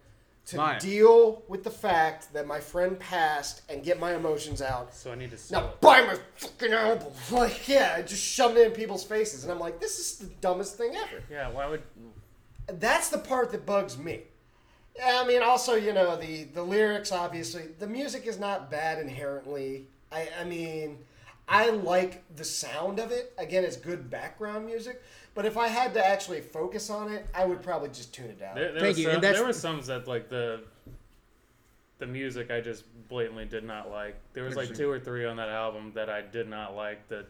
to
Buy it.
deal with the fact that my friend passed and get my emotions out.
So I need to sell
Now
it.
buy my fucking album. Like yeah, I just shoved it in people's faces, and I'm like, this is the dumbest thing ever.
Yeah, why would.
that's the part that bugs me. I mean, also, you know, the, the lyrics, obviously. The music is not bad inherently. I, I mean, I like the sound of it. Again, it's good background music. But if I had to actually focus on it, I would probably just tune it out.
There, there,
Thank
were
you, and
some,
that's-
there were some that, like, the. The music I just blatantly did not like. There was like
Interesting.
two or three on that album that I did not like. That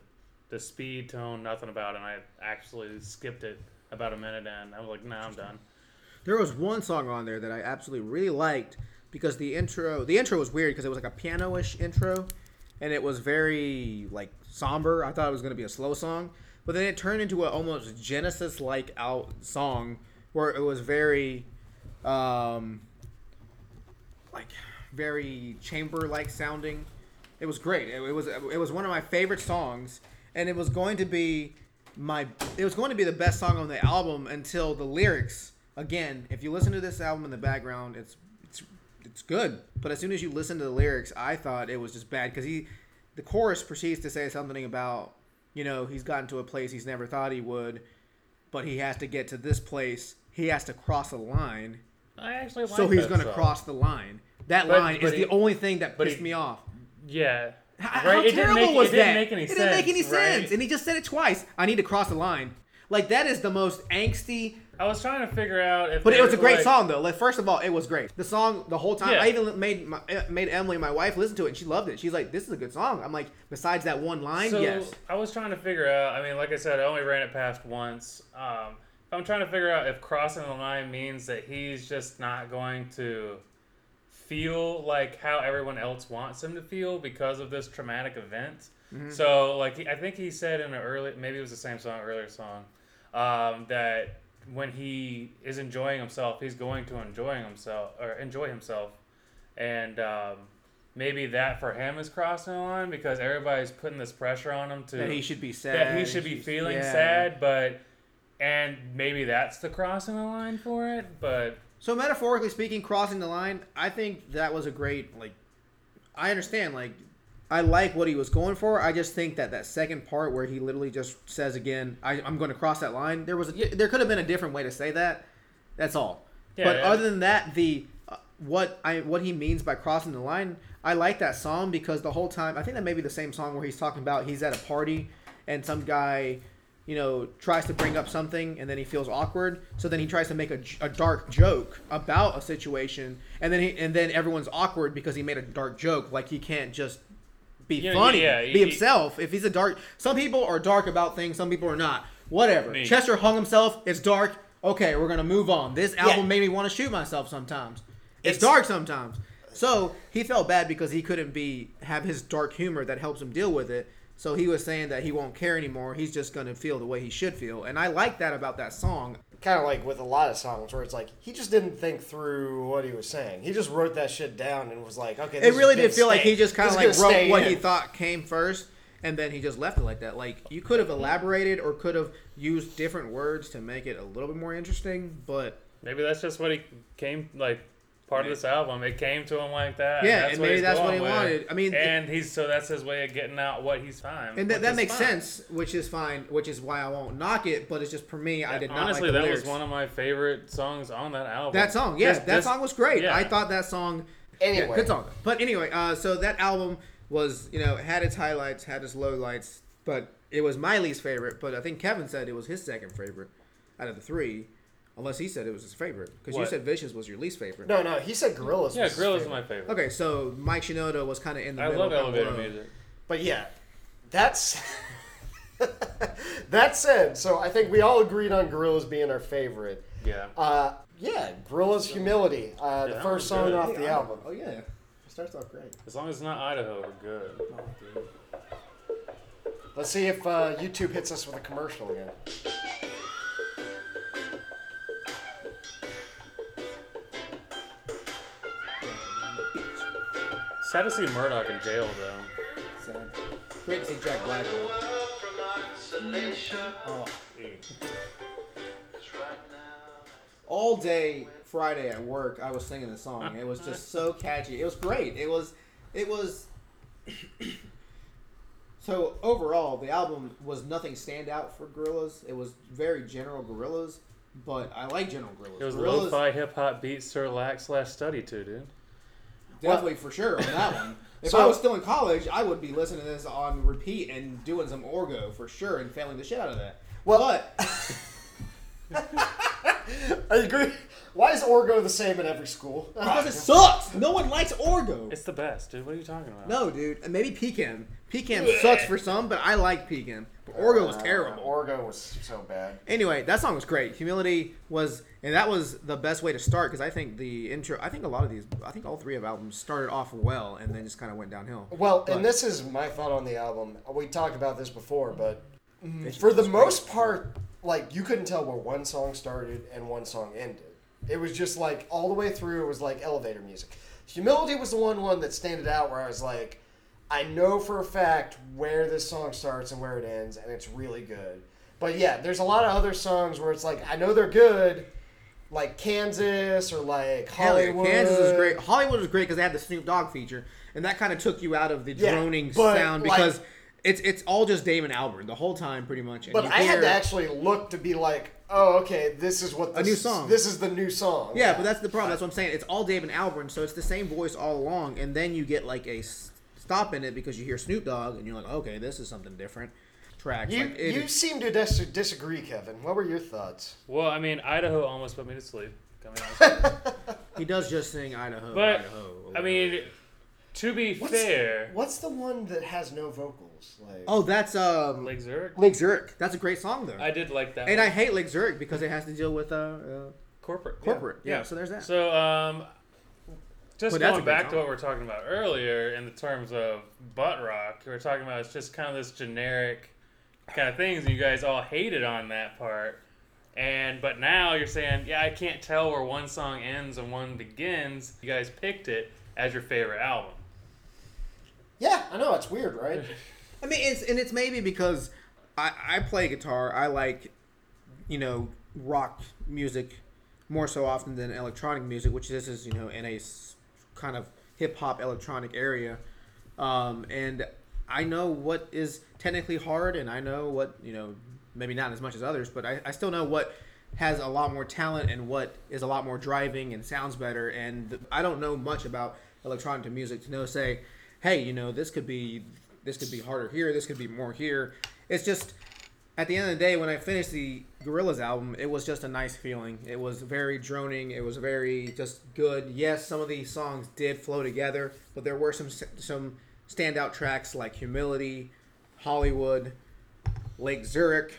the speed, tone, nothing about it. And I actually skipped it about a minute in. I was like, nah, I'm done.
There was one song on there that I absolutely really liked because the intro the intro was weird because it was like a piano-ish intro and it was very like somber. I thought it was going to be a slow song, but then it turned into a almost Genesis like out song where it was very um like very chamber like sounding. It was great. It, it was it was one of my favorite songs and it was going to be my it was going to be the best song on the album until the lyrics again if you listen to this album in the background it's it's it's good but as soon as you listen to the lyrics i thought it was just bad because he the chorus proceeds to say something about you know he's gotten to a place he's never thought he would but he has to get to this place he has to cross a line
I actually like
so he's
that
going to
song.
cross the line that
But-
line
but
is
he-
the only thing that
but
pissed
he-
me off
Yeah.
how,
Right,
how
it didn't
terrible
make-
was
it didn't
that?
make any
it didn't make any
sense, right?
sense. And he just said it twice. I need to cross the line. Like that is the most angsty.
I was trying to figure out if.
But it
there
was a great
like-
song though. Like first of all, it was great. The song the whole time.
Yeah.
I even made my, uh, made Emily, my wife, listen to it, and she loved it. She's like, "This is a good song." I'm like, besides that one line,
So
yes.
I was trying to figure out. I mean, like I said, I only ran it past once. Um, I'm trying to figure out if crossing the line means that he's just not going to feel like how everyone else wants him to feel because of this traumatic event. So, like, he- I think he said in an early, maybe it was the same song, earlier song, um, that when he is enjoying himself, he's going to enjoying himself or enjoy himself, and um, maybe that for him is crossing the line because everybody's putting this pressure on him to
That he should be sad.
that he should be
she's-
feeling
yeah.
sad, but and maybe that's the crossing the line for it. But
So metaphorically speaking, crossing the line, I think that was a great like. I understand like. I like what he was going for. I just think that that second part where he literally just says again, I, "I'm going to cross that line." There was a, there could have been a different way to say that. That's all.
Yeah,
but
yeah.
other than that, the uh, what I what he means by crossing the line, I like that song because the whole time I think that may be the same song where he's talking about he's at a party and some guy, you know, tries to bring up something and then he feels awkward. So then he tries to make a, j- a dark joke about a situation and then he and then everyone's awkward because he made a dark joke. Like he can't just be
Yeah,
funny,
yeah,
be
he-
himself. If he's a dark, some people are dark about things, some people are not. Whatever.
Me.
Chester hung himself. It's dark. Okay, we're gonna move on. This album made me want to shoot myself sometimes. It's,
It's-
dark sometimes. So he felt bad because he couldn't be have his dark humor that helps him deal with it. So he was saying that he won't care anymore. He's just gonna feel the way he should feel, and I like that about that song.
Kind of like with a lot of songs where it's like he just didn't think through what he was saying. He just wrote that shit down and was like, okay. This
It
is
really
gonna
did feel like
stay.
he just kind of
This
like
is gonna
wrote
stay
what
in.
he thought came first, and then he just left it like that. Like you could have elaborated or could have used different words to make it a little bit more interesting, but
maybe that's just what he came like. Part of this album, it came to him like that.
Yeah, and maybe
he's
that's what
going
he
with.
wanted. I mean, it-
and he's so that's his way of getting out what he's time,
and that, that makes sense, which is fine, which is why I won't knock it. But it's just for me, I did not
Honestly,
like the
that
lyrics.
was one of my favorite songs on that album.
that song, yeah,
Just-
that
just-
song was great.
yeah.
I thought that song
Anyway,
Yeah, good song. But anyway, uh, so that album was, you know, had its highlights, had its lowlights, but it was my least favorite. But I think Kevin said it was his second favorite out of the three, unless he said it was his favorite because you
What?
said Vicious was your least favorite.
No, no, he said gorillas.
Yeah,
was his
Grill is
favorite.
my favorite.
Okay, so Mike Shinoda was kind of in the
I
middle.
love
kinda
elevator
low.
music.
But yeah, that's that said. So I think we all agreed on gorillas being our favorite.
Yeah.
Uh, yeah, gorillas humility. Uh,
Yeah,
the
that
first
was
song
good.
off
Hey,
the
I-
album.
Oh yeah, it starts off great.
As long as it's not Idaho, we're good.
Let's see if uh, YouTube hits us with a commercial again.
Sad to see Murdoch in jail though.
Sad. Great to see Jack Black. though. all day Friday at work, I was singing the song. It was just so catchy. It was great. It was, it was. so overall, the album was nothing standout for Gorillas. It was very general Gorillas, but I like general Gorillas.
It was
Gorillaz
lo-fi hip hop beat Sirlac slash study too, dude.
definitely for sure on that one. If
So-
I was still in college, I would be listening to this on repeat and doing some orgo for sure and failing the shit out of that.
Well-
but
I agree. Why is Orgo the same in every school?
Because it sucks. No one likes Orgo.
It's the best, dude. What are you talking about?
No, dude. And maybe pecan. Pecan sucks for some, but I like pecan. But Orgo was
Uh,
terrible.
Orgo was so bad.
Anyway, that song was great. Humility was, and that was the best way to start because I think the intro. I think a lot of these. I think all three of albums started off well and then just kind of went downhill.
Well,
But-
and this is my thought on the album. We talked about this before, but
Mm.
for the most part, like you couldn't tell where one song started and one song ended. It was just like all the way through. It was like elevator music. Humility was the one one that standed out where I was like, I know for a fact where this song starts and where it ends, and it's really good. But yeah, there's a lot of other songs where it's like I know they're good, like Kansas or like
Hell yeah,
Hollywood.
Kansas was great. Hollywood was great because they had the Snoop Dogg feature, and that kind of took you out of the
Yeah,
droning
but,
sound
like-
because it's it's all just Damon Albarn the whole time, pretty much. And
But
you
I had
hear-
to actually look to be like, oh, okay, this is what this,
new song.
This is the new song.
Yeah, but that's the problem. That's what I'm saying. It's all Damon Albarn, so it's the same voice all along, and then you get like a s- stop in it because you hear Snoop Dogg, and you're like, okay, this is something different. Tracks.
you.
like, it
you
is-
seem to dis- disagree, Kevin. What were your thoughts?
Well, I mean, Idaho almost put me to sleep. I mean, I was-
he does just sing Idaho.
But,
Idaho.
I mean, to be
What's-
fair,
What's the one that has no vocals? Like,
oh, that's um, Lake,
Lake Zurich,
Zurich. That's a great song though.
I did like that.
and
one.
I hate Lake Zurich because it has to deal with uh, uh
corporate,
corporate. Yeah, so there's that.
So, um, just
But that's a
going
great
back to
song.
what we we're talking about earlier in the terms of butt rock, we we're talking about it's just kind of this generic kind of things, and you guys all hated on that part. And but now you're saying, yeah, I can't tell where one song ends and one begins. You guys picked it as your favorite album.
yeah, I know it's weird, right?
I mean, it's and it's maybe because I, I play guitar. I like, you know, rock music more so often than electronic music, which this is, you know, in a s- kind of hip hop electronic area. Um, and I know what is technically hard, and I know what you know, maybe not as much as others, but I, I still know what has a lot more talent and what is a lot more driving and sounds better. And th- I don't know much about electronic music to know say, hey, you know, this could be this could be harder here, this could be more here. It's just at the end of the day, when I finished the Gorillaz album, it was just a nice feeling. It was very droning. It was very just good. Yes, some of these songs did flow together, but there were some some standout tracks like Humility, Hollywood, Lake Zurich,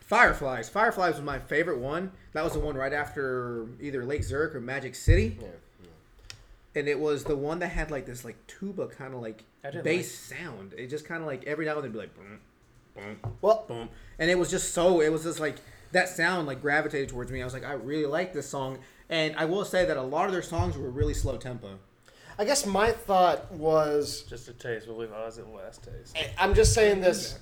Fireflies. Fireflies was my favorite one. That was the one right after either Lake Zurich or Magic City,
Yeah.
and it was the one that had like this like tuba kind of like
I didn't
bass sound. It just kind of like every now and then be like. "Boom, boom,
Well,
boom. And it was just so, it was just like, that sound like gravitated towards me. I was like, I really like this song. And I will say that a lot of their songs were really slow tempo.
I guess my thought was
Just a taste. We'll leave ours at the last taste.
I- I'm just saying this.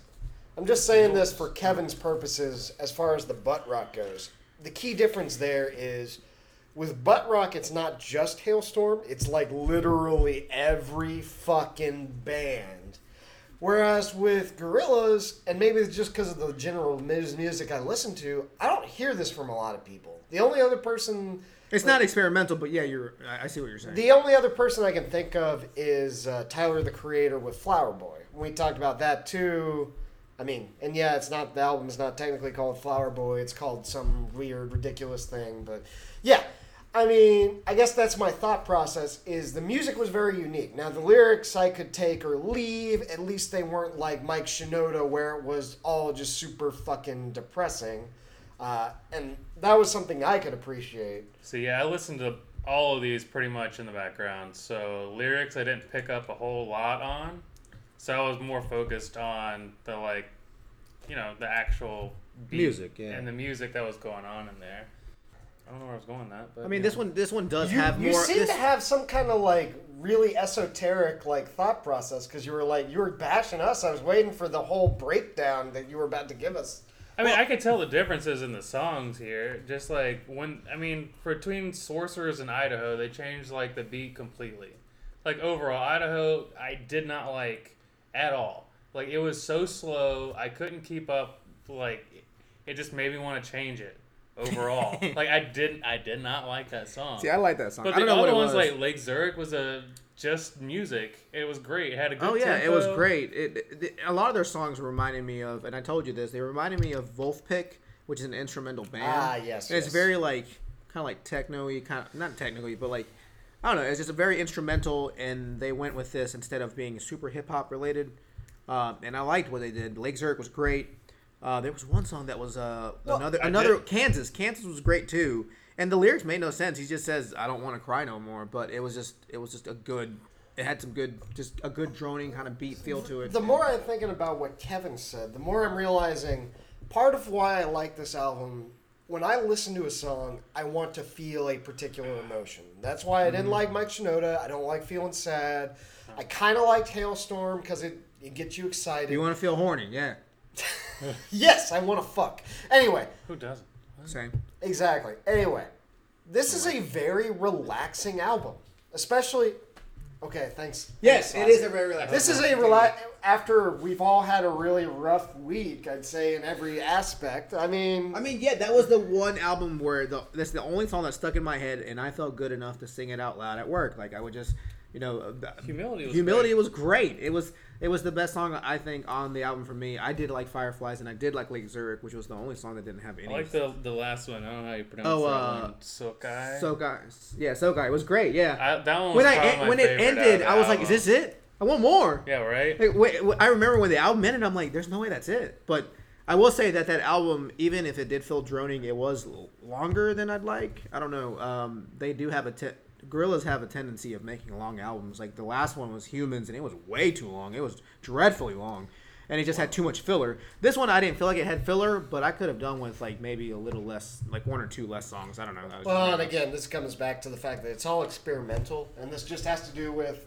I'm just saying this for Kevin's purposes as far as the butt rock goes. The key difference there is with butt rock, it's not just Hailstorm, it's like literally every fucking band. Whereas with Gorillaz, and maybe it's just because of the general mus- music I listen to, I don't hear this from a lot of people. The only other person
It's not experimental, but yeah, you're. I I see what you're saying.
the only other person I can think of is uh, Tyler the Creator with Flower Boy. We talked about that too. I mean, and yeah, it's not the album is not technically called Flower Boy. It's called some weird, ridiculous thing. But yeah, I mean, I guess that's my thought process. Is the music was very unique. Now the lyrics I could take or leave. At least they weren't like Mike Shinoda, where it was all just super fucking depressing. Uh, and that was something I could appreciate.
So yeah, I listened to all of these pretty much in the background. So lyrics I didn't pick up a whole lot on. So I was more focused on the like, you know, the actual beat
Music, yeah.
and the music that was going on in there. I don't know where I was going with that, but
I mean,
yeah.
this one, this one does
you,
have
you
more.
seem
this-
to have some kind of like really esoteric like thought process because you were like you were bashing us i was waiting for the whole breakdown that you were about to give us
I mean, I could tell the differences in the songs here. Just like when, I mean, between Sorcerers and Idaho, they changed like the beat completely. Like overall, Idaho, I did not like at all. Like it was so slow, I couldn't keep up. Like it just made me want to change it overall. like I didn't, I did not like that song.
see, I like that song.
but
I
the
don't know what
other
it
ones,
was.
like Lake Zurich, was a just music. It was great. It had a good.
oh yeah, it was
tempo.
great. It, it- a lot of their songs reminded me of, and I told you this. They reminded me of Wolfpick which is an instrumental band.
Ah, yes,
And it's
yes.
very like kind of like techno-y, kind of not technically, but like I don't know. It's just a very instrumental, and they went with this instead of being super hip hop related. Uh, and I liked what they did. Lake Zurich was great. Uh, there was one song that was uh, another
I
another
did-
Kansas. Kansas was great too, and the lyrics made no sense. He just says, "I don't want to cry no more," but it was just it was just a good. It had some good, just a good droning kind of beat feel to it.
The more I'm thinking about what Kevin said, the more I'm realizing part of why I like this album. When I listen to a song, I want to feel a particular emotion. That's why I
Mm.
didn't like Mike Shinoda. I don't like feeling sad. I kind of liked Hailstorm because it, it gets you excited.
you want to feel horny, yeah.
yes, I want to fuck. Anyway,
Who doesn't?
Same.
Exactly. Anyway, this is a very relaxing album, especially. Okay, thanks.
Yes, it
Thanks,
is a very relaxing.
This is a rela- after we've all had a really rough week, I'd say in every aspect. I mean,
I mean, yeah, that was the one album where the that's the only song that stuck in my head, and I felt good enough to sing it out loud at work. Like I would just, you know, uh,
Humility was
humility
great.
was great. It was it was the best song I think on the album for me. I did like Fireflies, and I did like Lake Zurich, which was the only song that didn't have any.
I like the the last one. I don't know how you pronounce
Oh,
that
uh,
one. Sokai.
so guys, yeah, so guy, it was great. Yeah,
I, that one was
when I
probably my
when it
favorite out of
ended,
the
I was like, is
album.
this it? I want more.
Yeah, right.
Like, wait, wait, I remember when the album ended, I'm like, there's no way that's it. But I will say that that album, even if it did feel droning, it was l- longer than I'd like. I don't know. Um, they do have a te- gorillas have a tendency of making long albums. Like the last one was Humans, and it was way too long. It was dreadfully long, and it just had too much filler. This one, I didn't feel like it had filler, but I could have done with like maybe a little less, like one or two less songs. I don't know. I was
Well, and again, this comes back to the fact that it's all experimental, and this just has to do with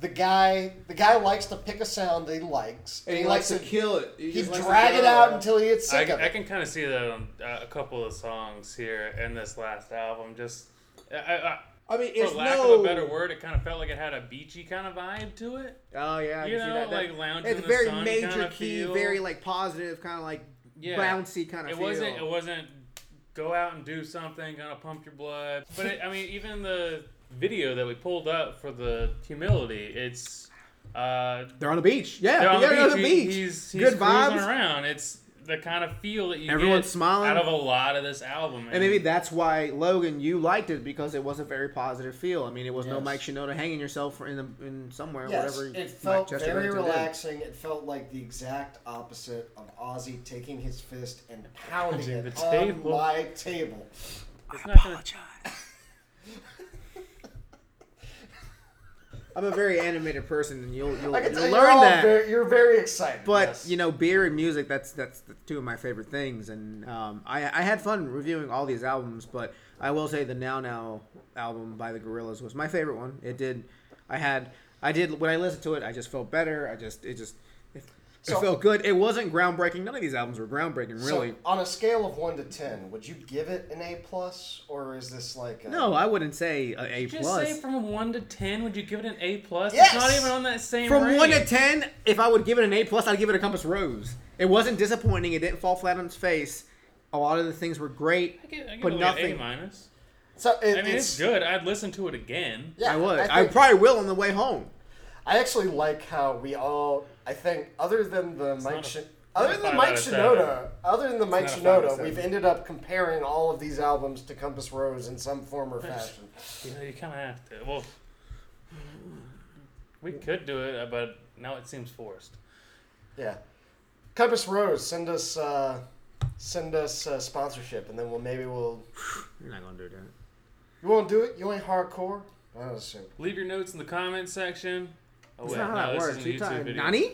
the guy. The guy likes to pick a sound that he likes,
And he likes to kill it. He
He
just likes to
drag
go.
it out until he gets sick of
I, I
it.
can kind of see that on uh, a couple of songs here in this last album. Just, I, I,
I mean,
for
it's
lack
no.
of a better word, it kind of felt like it had a beachy kind of vibe to it.
Oh yeah, I
You
can
know,
see that. that
like, lounge
It's
in the
very
sun
major
kinda
key,
feel.
very like positive, kind of like
Yeah.
bouncy kind of.
it
feel.
wasn't. It wasn't. Go out and do something, gonna pump your blood. But it, I mean, even the video that we pulled up for the humility, it's. Uh,
They're on the beach. Yeah,
they're on
yeah, they're
the beach. He- He's, he's
Good
cruising
vibes.
around. It's the kind of feel that you
Everyone's
get
smiling.
out of a lot of this album.
And maybe that's why Logan, you liked it because it was a very positive feel. I mean, it was no
Yes.
Mike Shinoda hanging yourself in the, in somewhere,
Yes,
whatever.
it
Mike
felt
Chester
very
Bennington did.
relaxing. It felt like the exact opposite of Ozzy taking his fist and pounding
Pounding
it
the
on
table.
my table.
it's not gonna
I'm a very animated person, and you'll you'll,
I can
you'll
tell
learn
you're, all
that.
Very, you're very excited.
But
yes.
you know, beer and music that's that's the two of my favorite things, and um, I I had fun reviewing all these albums. But I will say the Now Now album by the Gorillas was my favorite one. It did, I had I did when I listened to it, I just felt better. I just it just it, it
So-
felt good. It wasn't groundbreaking. None of these albums were groundbreaking, really.
So, on a scale of one to ten, would you give it an A plus, or is this like a,
no, I wouldn't say a A
Just
plus.
say from one to ten, would you give it an A plus?
Yes!
It's not even on that same.
From
range.
one to ten, if I would give it an A plus, I'd give it a compass rose. It wasn't disappointing. It didn't fall flat on its face. A lot of the things were great,
I give, I give
but
it like an
nothing.
A minus.
So it,
I mean, it's,
it's,
good. I'd listen to it again.
Yeah,
I would. I,
think-
probably will on the way home.
I actually like how we all. I think other than the Mike,
not a-
Shi-
it's
other
not
than
five
Mike
out of seven.
Shinoda, other than the Mike
not a five out of
Shinoda,
seven.
we've ended up comparing all of these albums to Compass Rose in some form or fashion.
You know, you kind of have to. Well, we could do it, uh, but now it seems forced.
Yeah, Compass Rose, send us uh, send us uh, sponsorship, and then we'll maybe we'll.
You're not gonna do that.
You won't do it. You ain't hardcore. I don't assume.
Leave your notes in the comment section. Oh,
That's
wait,
not how
no,
that
this
works.
isn't a
You
YouTube
talking
video.
Nani?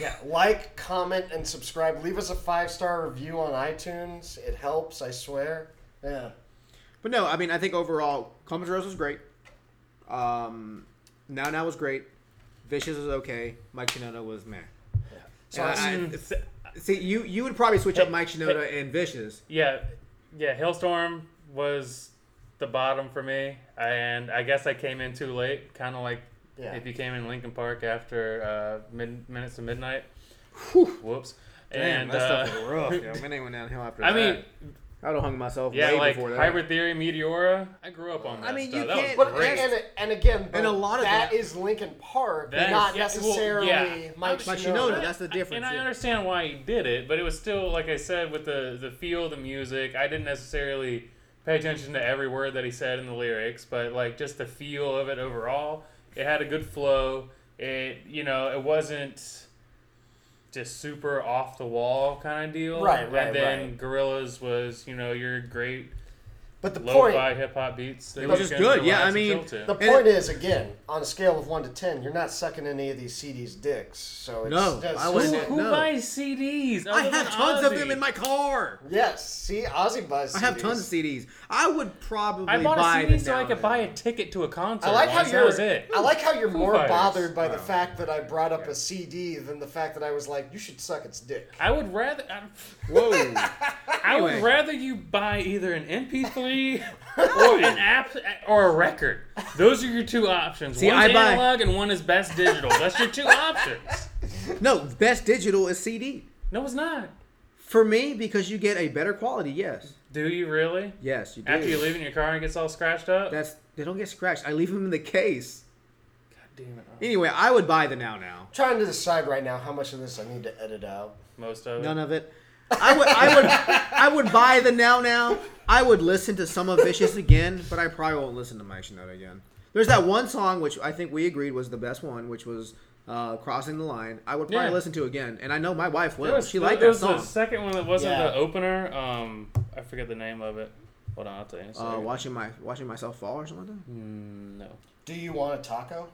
Yeah, like, comment, and subscribe. Leave us a five star review on iTunes. It helps. I swear. Yeah.
But no, I mean I think overall, Columbus Rose was great. Um, now now was great. Vicious was okay. Mike Shinoda was meh.
So
And
I-
I- See, you you would probably switch up Mike Shinoda and Vicious.
Yeah, yeah. Hailstorm was the bottom for me, and I guess I came in too late, kind of like
Yeah.
if you came in Lincoln Park after uh, mid- minutes to midnight. Whoops.
Damn,
and
that
uh,
stuff was rough. Yo. Man, they went downhill after
I
that.
mean,
I would have hung myself
Yeah,
way
like
before that.
Hybrid Theory, Meteora. I grew up on that.
I mean,
stuff.
you
that
can't-
Was
But
great.
and, and again, but
And a lot of that-
that is Lincoln Park,
That
not
is- yeah, well,
necessarily
yeah.
Mike
Mike
Shinoda.
Shinoda, that's the difference.
And I
yeah.
understand why he did it, but it was still like I said with the the feel, the music. I didn't necessarily pay attention to every word that he said in the lyrics, but like just the feel of it overall, it had a good flow. It you know it wasn't just super off the wall kind of deal.
Right, right,
And then
right.
Gorillas was you know your great
But the point,
lo-fi hip hop beats. That
It was
you
just
can
good, yeah,
relax
I
and
mean,
chill to.
the
And
point is again, on a scale of one to ten, you're not sucking any of these CDs dicks. So it's
No,
that's-
I
who,
wouldn't-
who
no.
buys CDs?
I
other
have
than
tons of
Ozzy?
them in my car.
Yes, see, Ozzy buys.
I have
CDs.
tons of CDs. I would probably
I bought
buy
a CD
them
so
now
I
and
could
then.
buy a ticket to a concert.
I like how
once.
you're.
That was it.
I like how you're more
Fighters.
bothered by the
Wow.
fact that I brought up a CD than the fact that I was like, "You should suck its dick."
I would rather. I,
Whoa.
I would
Anyway.
rather you buy either an MP3 or an app or a record. Those are your two options.
See,
One's
I buy-
analog and one is best digital. That's your two options.
no, best digital is CD.
No, it's not.
For me, because you get a better quality, yes.
Do you really?
Yes, you do.
After you leave in your car and it gets all scratched up.
That's they don't get scratched. I leave them in the case.
Damn it.
Anyway, I would buy the now now.
trying to decide right now how much of this I need to edit out.
Most of it.
None of it. I would I would I would buy the now now. I would listen to some of Vicious again, but I probably won't listen to Mike Shinoda again. There's that one song which I think we agreed was the best one, which was uh, "Crossing the Line." I would probably
Yeah.
listen to again, and I know my wife will.
There was-
she liked
there
that
was
song.
The second one that wasn't
Yeah.
the opener. Um, I forget the name of it. Hold on, I'll tell you. in a
Uh,
second.
watching my watching myself fall or something. Like that?
Mm, no.
Do you want a taco?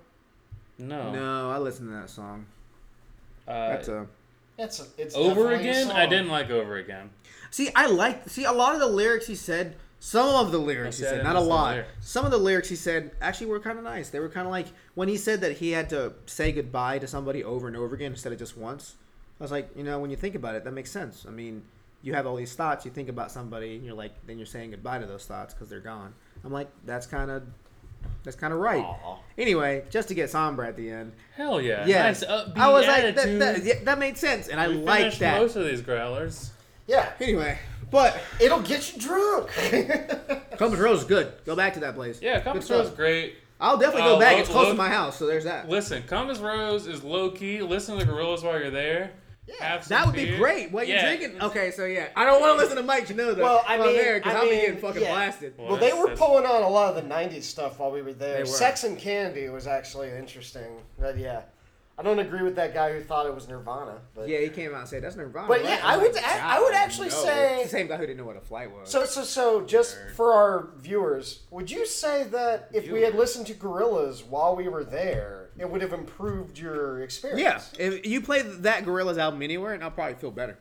No.
No, I listened to that song.
Uh,
That's a
It's a, it's
over
definitely a
again. I
song.
didn't like over again.
See, I like see a lot of the lyrics he said. Some of the lyrics he
I said
said,
it
not a
was the
lot.
lyrics.
Some of the lyrics he said actually were kind of nice. They were kind of like when he said that he had to say goodbye to somebody over and over again instead of just once. I was like, you know, when you think about it, that makes sense. I mean, you have all these thoughts, you think about somebody, and you're like, then you're saying goodbye to those thoughts because they're gone. I'm like, that's kind of, that's kind of right.
Aw.
Anyway, just to get somber at the end.
Hell yeah.
Yes,
Nice upbeat
I was like, that,
attitude.
that, yeah, that made sense, and I
We
liked
finished
that.
Most of these growlers.
Yeah,
Anyway, but
it'll get you drunk.
Compass Rose is good. Go back to that place.
Yeah, Compass
Good stuff.
Rose great.
I'll definitely
Uh,
go back.
lo-
it's close
lo-
to my house, so there's that.
Listen, Compass Rose is low key. Listen to the Gorillas while you're there. Yeah,
That would be great. What you
Yeah.
drinking? Okay, so yeah, I don't want to listen to Mike Shinoda.
Well, I
while I'm
mean-
there because
I
I'll be
mean,
getting fucking
yeah.
blasted.
well, they were
that's-
pulling on a lot of the '90s stuff while we were there.
They were.
Sex and Candy was actually interesting. But yeah, I don't agree with that guy who thought it was Nirvana. But
Yeah, he came out and said that's Nirvana.
But
right?
yeah,
I'm
I would-
like,
I- I would
God,
actually say-
It's the same guy who didn't know what a flight was.
So so so just for our viewers, would you say that if we had
Viewers.
listened to Gorillas while we were there, it would have improved your
yeah,
experience?
if you play that Gorillaz album anywhere, and I'll probably feel better.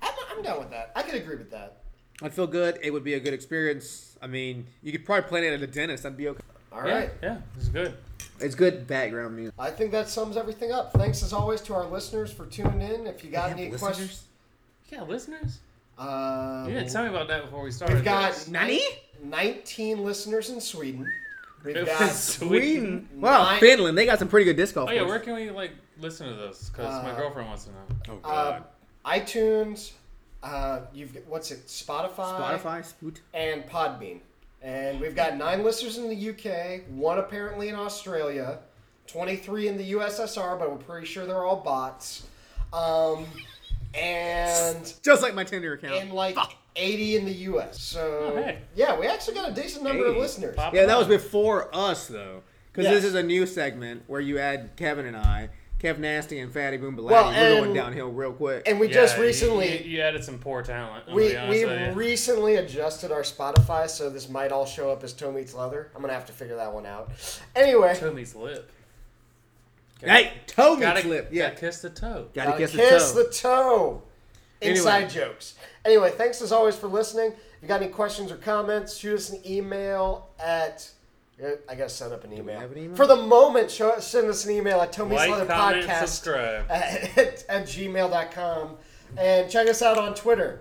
I'm, I'm down with that. I could agree with that.
I'd feel good. It would be a good experience. I mean, you could probably play it at a dentist. I'd be okay.
All right.
Yeah, yeah, it's good.
It's good background music.
I think that sums everything up. Thanks as always to our listeners for tuning in. If you got
They have
any
listeners?
questions,
Yeah, listeners.
um,
You didn't
Uh-huh.
tell me about that before we started.
we've got
this.
Nani?
19 listeners in Sweden. We've
It
got
was
Sweden.
Sweden.
Wow,
Nine-
Finland. They got some pretty good disc golf.
Oh yeah,
courses.
where can we like listen to this? Because my
Uh,
girlfriend wants to know.
Oh
uh, iTunes. Uh, you've got- what's it? Spotify.
Spotify, Spoot.
and Podbean. And we've got nine listeners in the UK, one apparently in Australia, 23 in the USSR, but we're pretty sure they're all bots. Um, and
Just like my Tinder account.
and like
Ah.
80 in the US. So
Oh, hey.
yeah, we actually got a decent number of
80.
listeners.
Pop-
yeah, that was before us though, because
Yes.
this is a new segment where you add Kevin and I, Kev Nasty and Fatty Boom Baladi.
Well,
We're going
and-
downhill real quick.
And we
Yeah,
just
you-
recently
you, you added some poor talent. I'm
we,
gonna be
we
honest with you.
recently adjusted our Spotify, so this might all show up as Toe Meets Leather. I'm gonna have to figure that one out. Anyway,
Tommy's lip.
hey, toe me
Gotta,
slip. Yeah,
gotta kiss the toe.
gotta,
Gotta
kiss, the toe.
Uh, the toe.
Anyway.
Inside jokes. Anyway, thanks as always for listening. If you got any questions or comments, shoot us an email at. I gotta set up an email.
have an email?
For the moment, show, send us an email at Tommy's Leather
like, comment,
Podcast
subscribe.
at, at, at gmail.com. And check us out on Twitter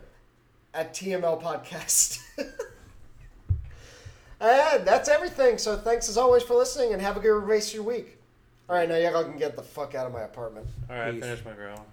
at TML Podcast. and that's everything. So thanks as always for listening and have a good rest of your week. All right, now y'all can get the fuck out of my apartment.
All right,
Peace.
finish my girl.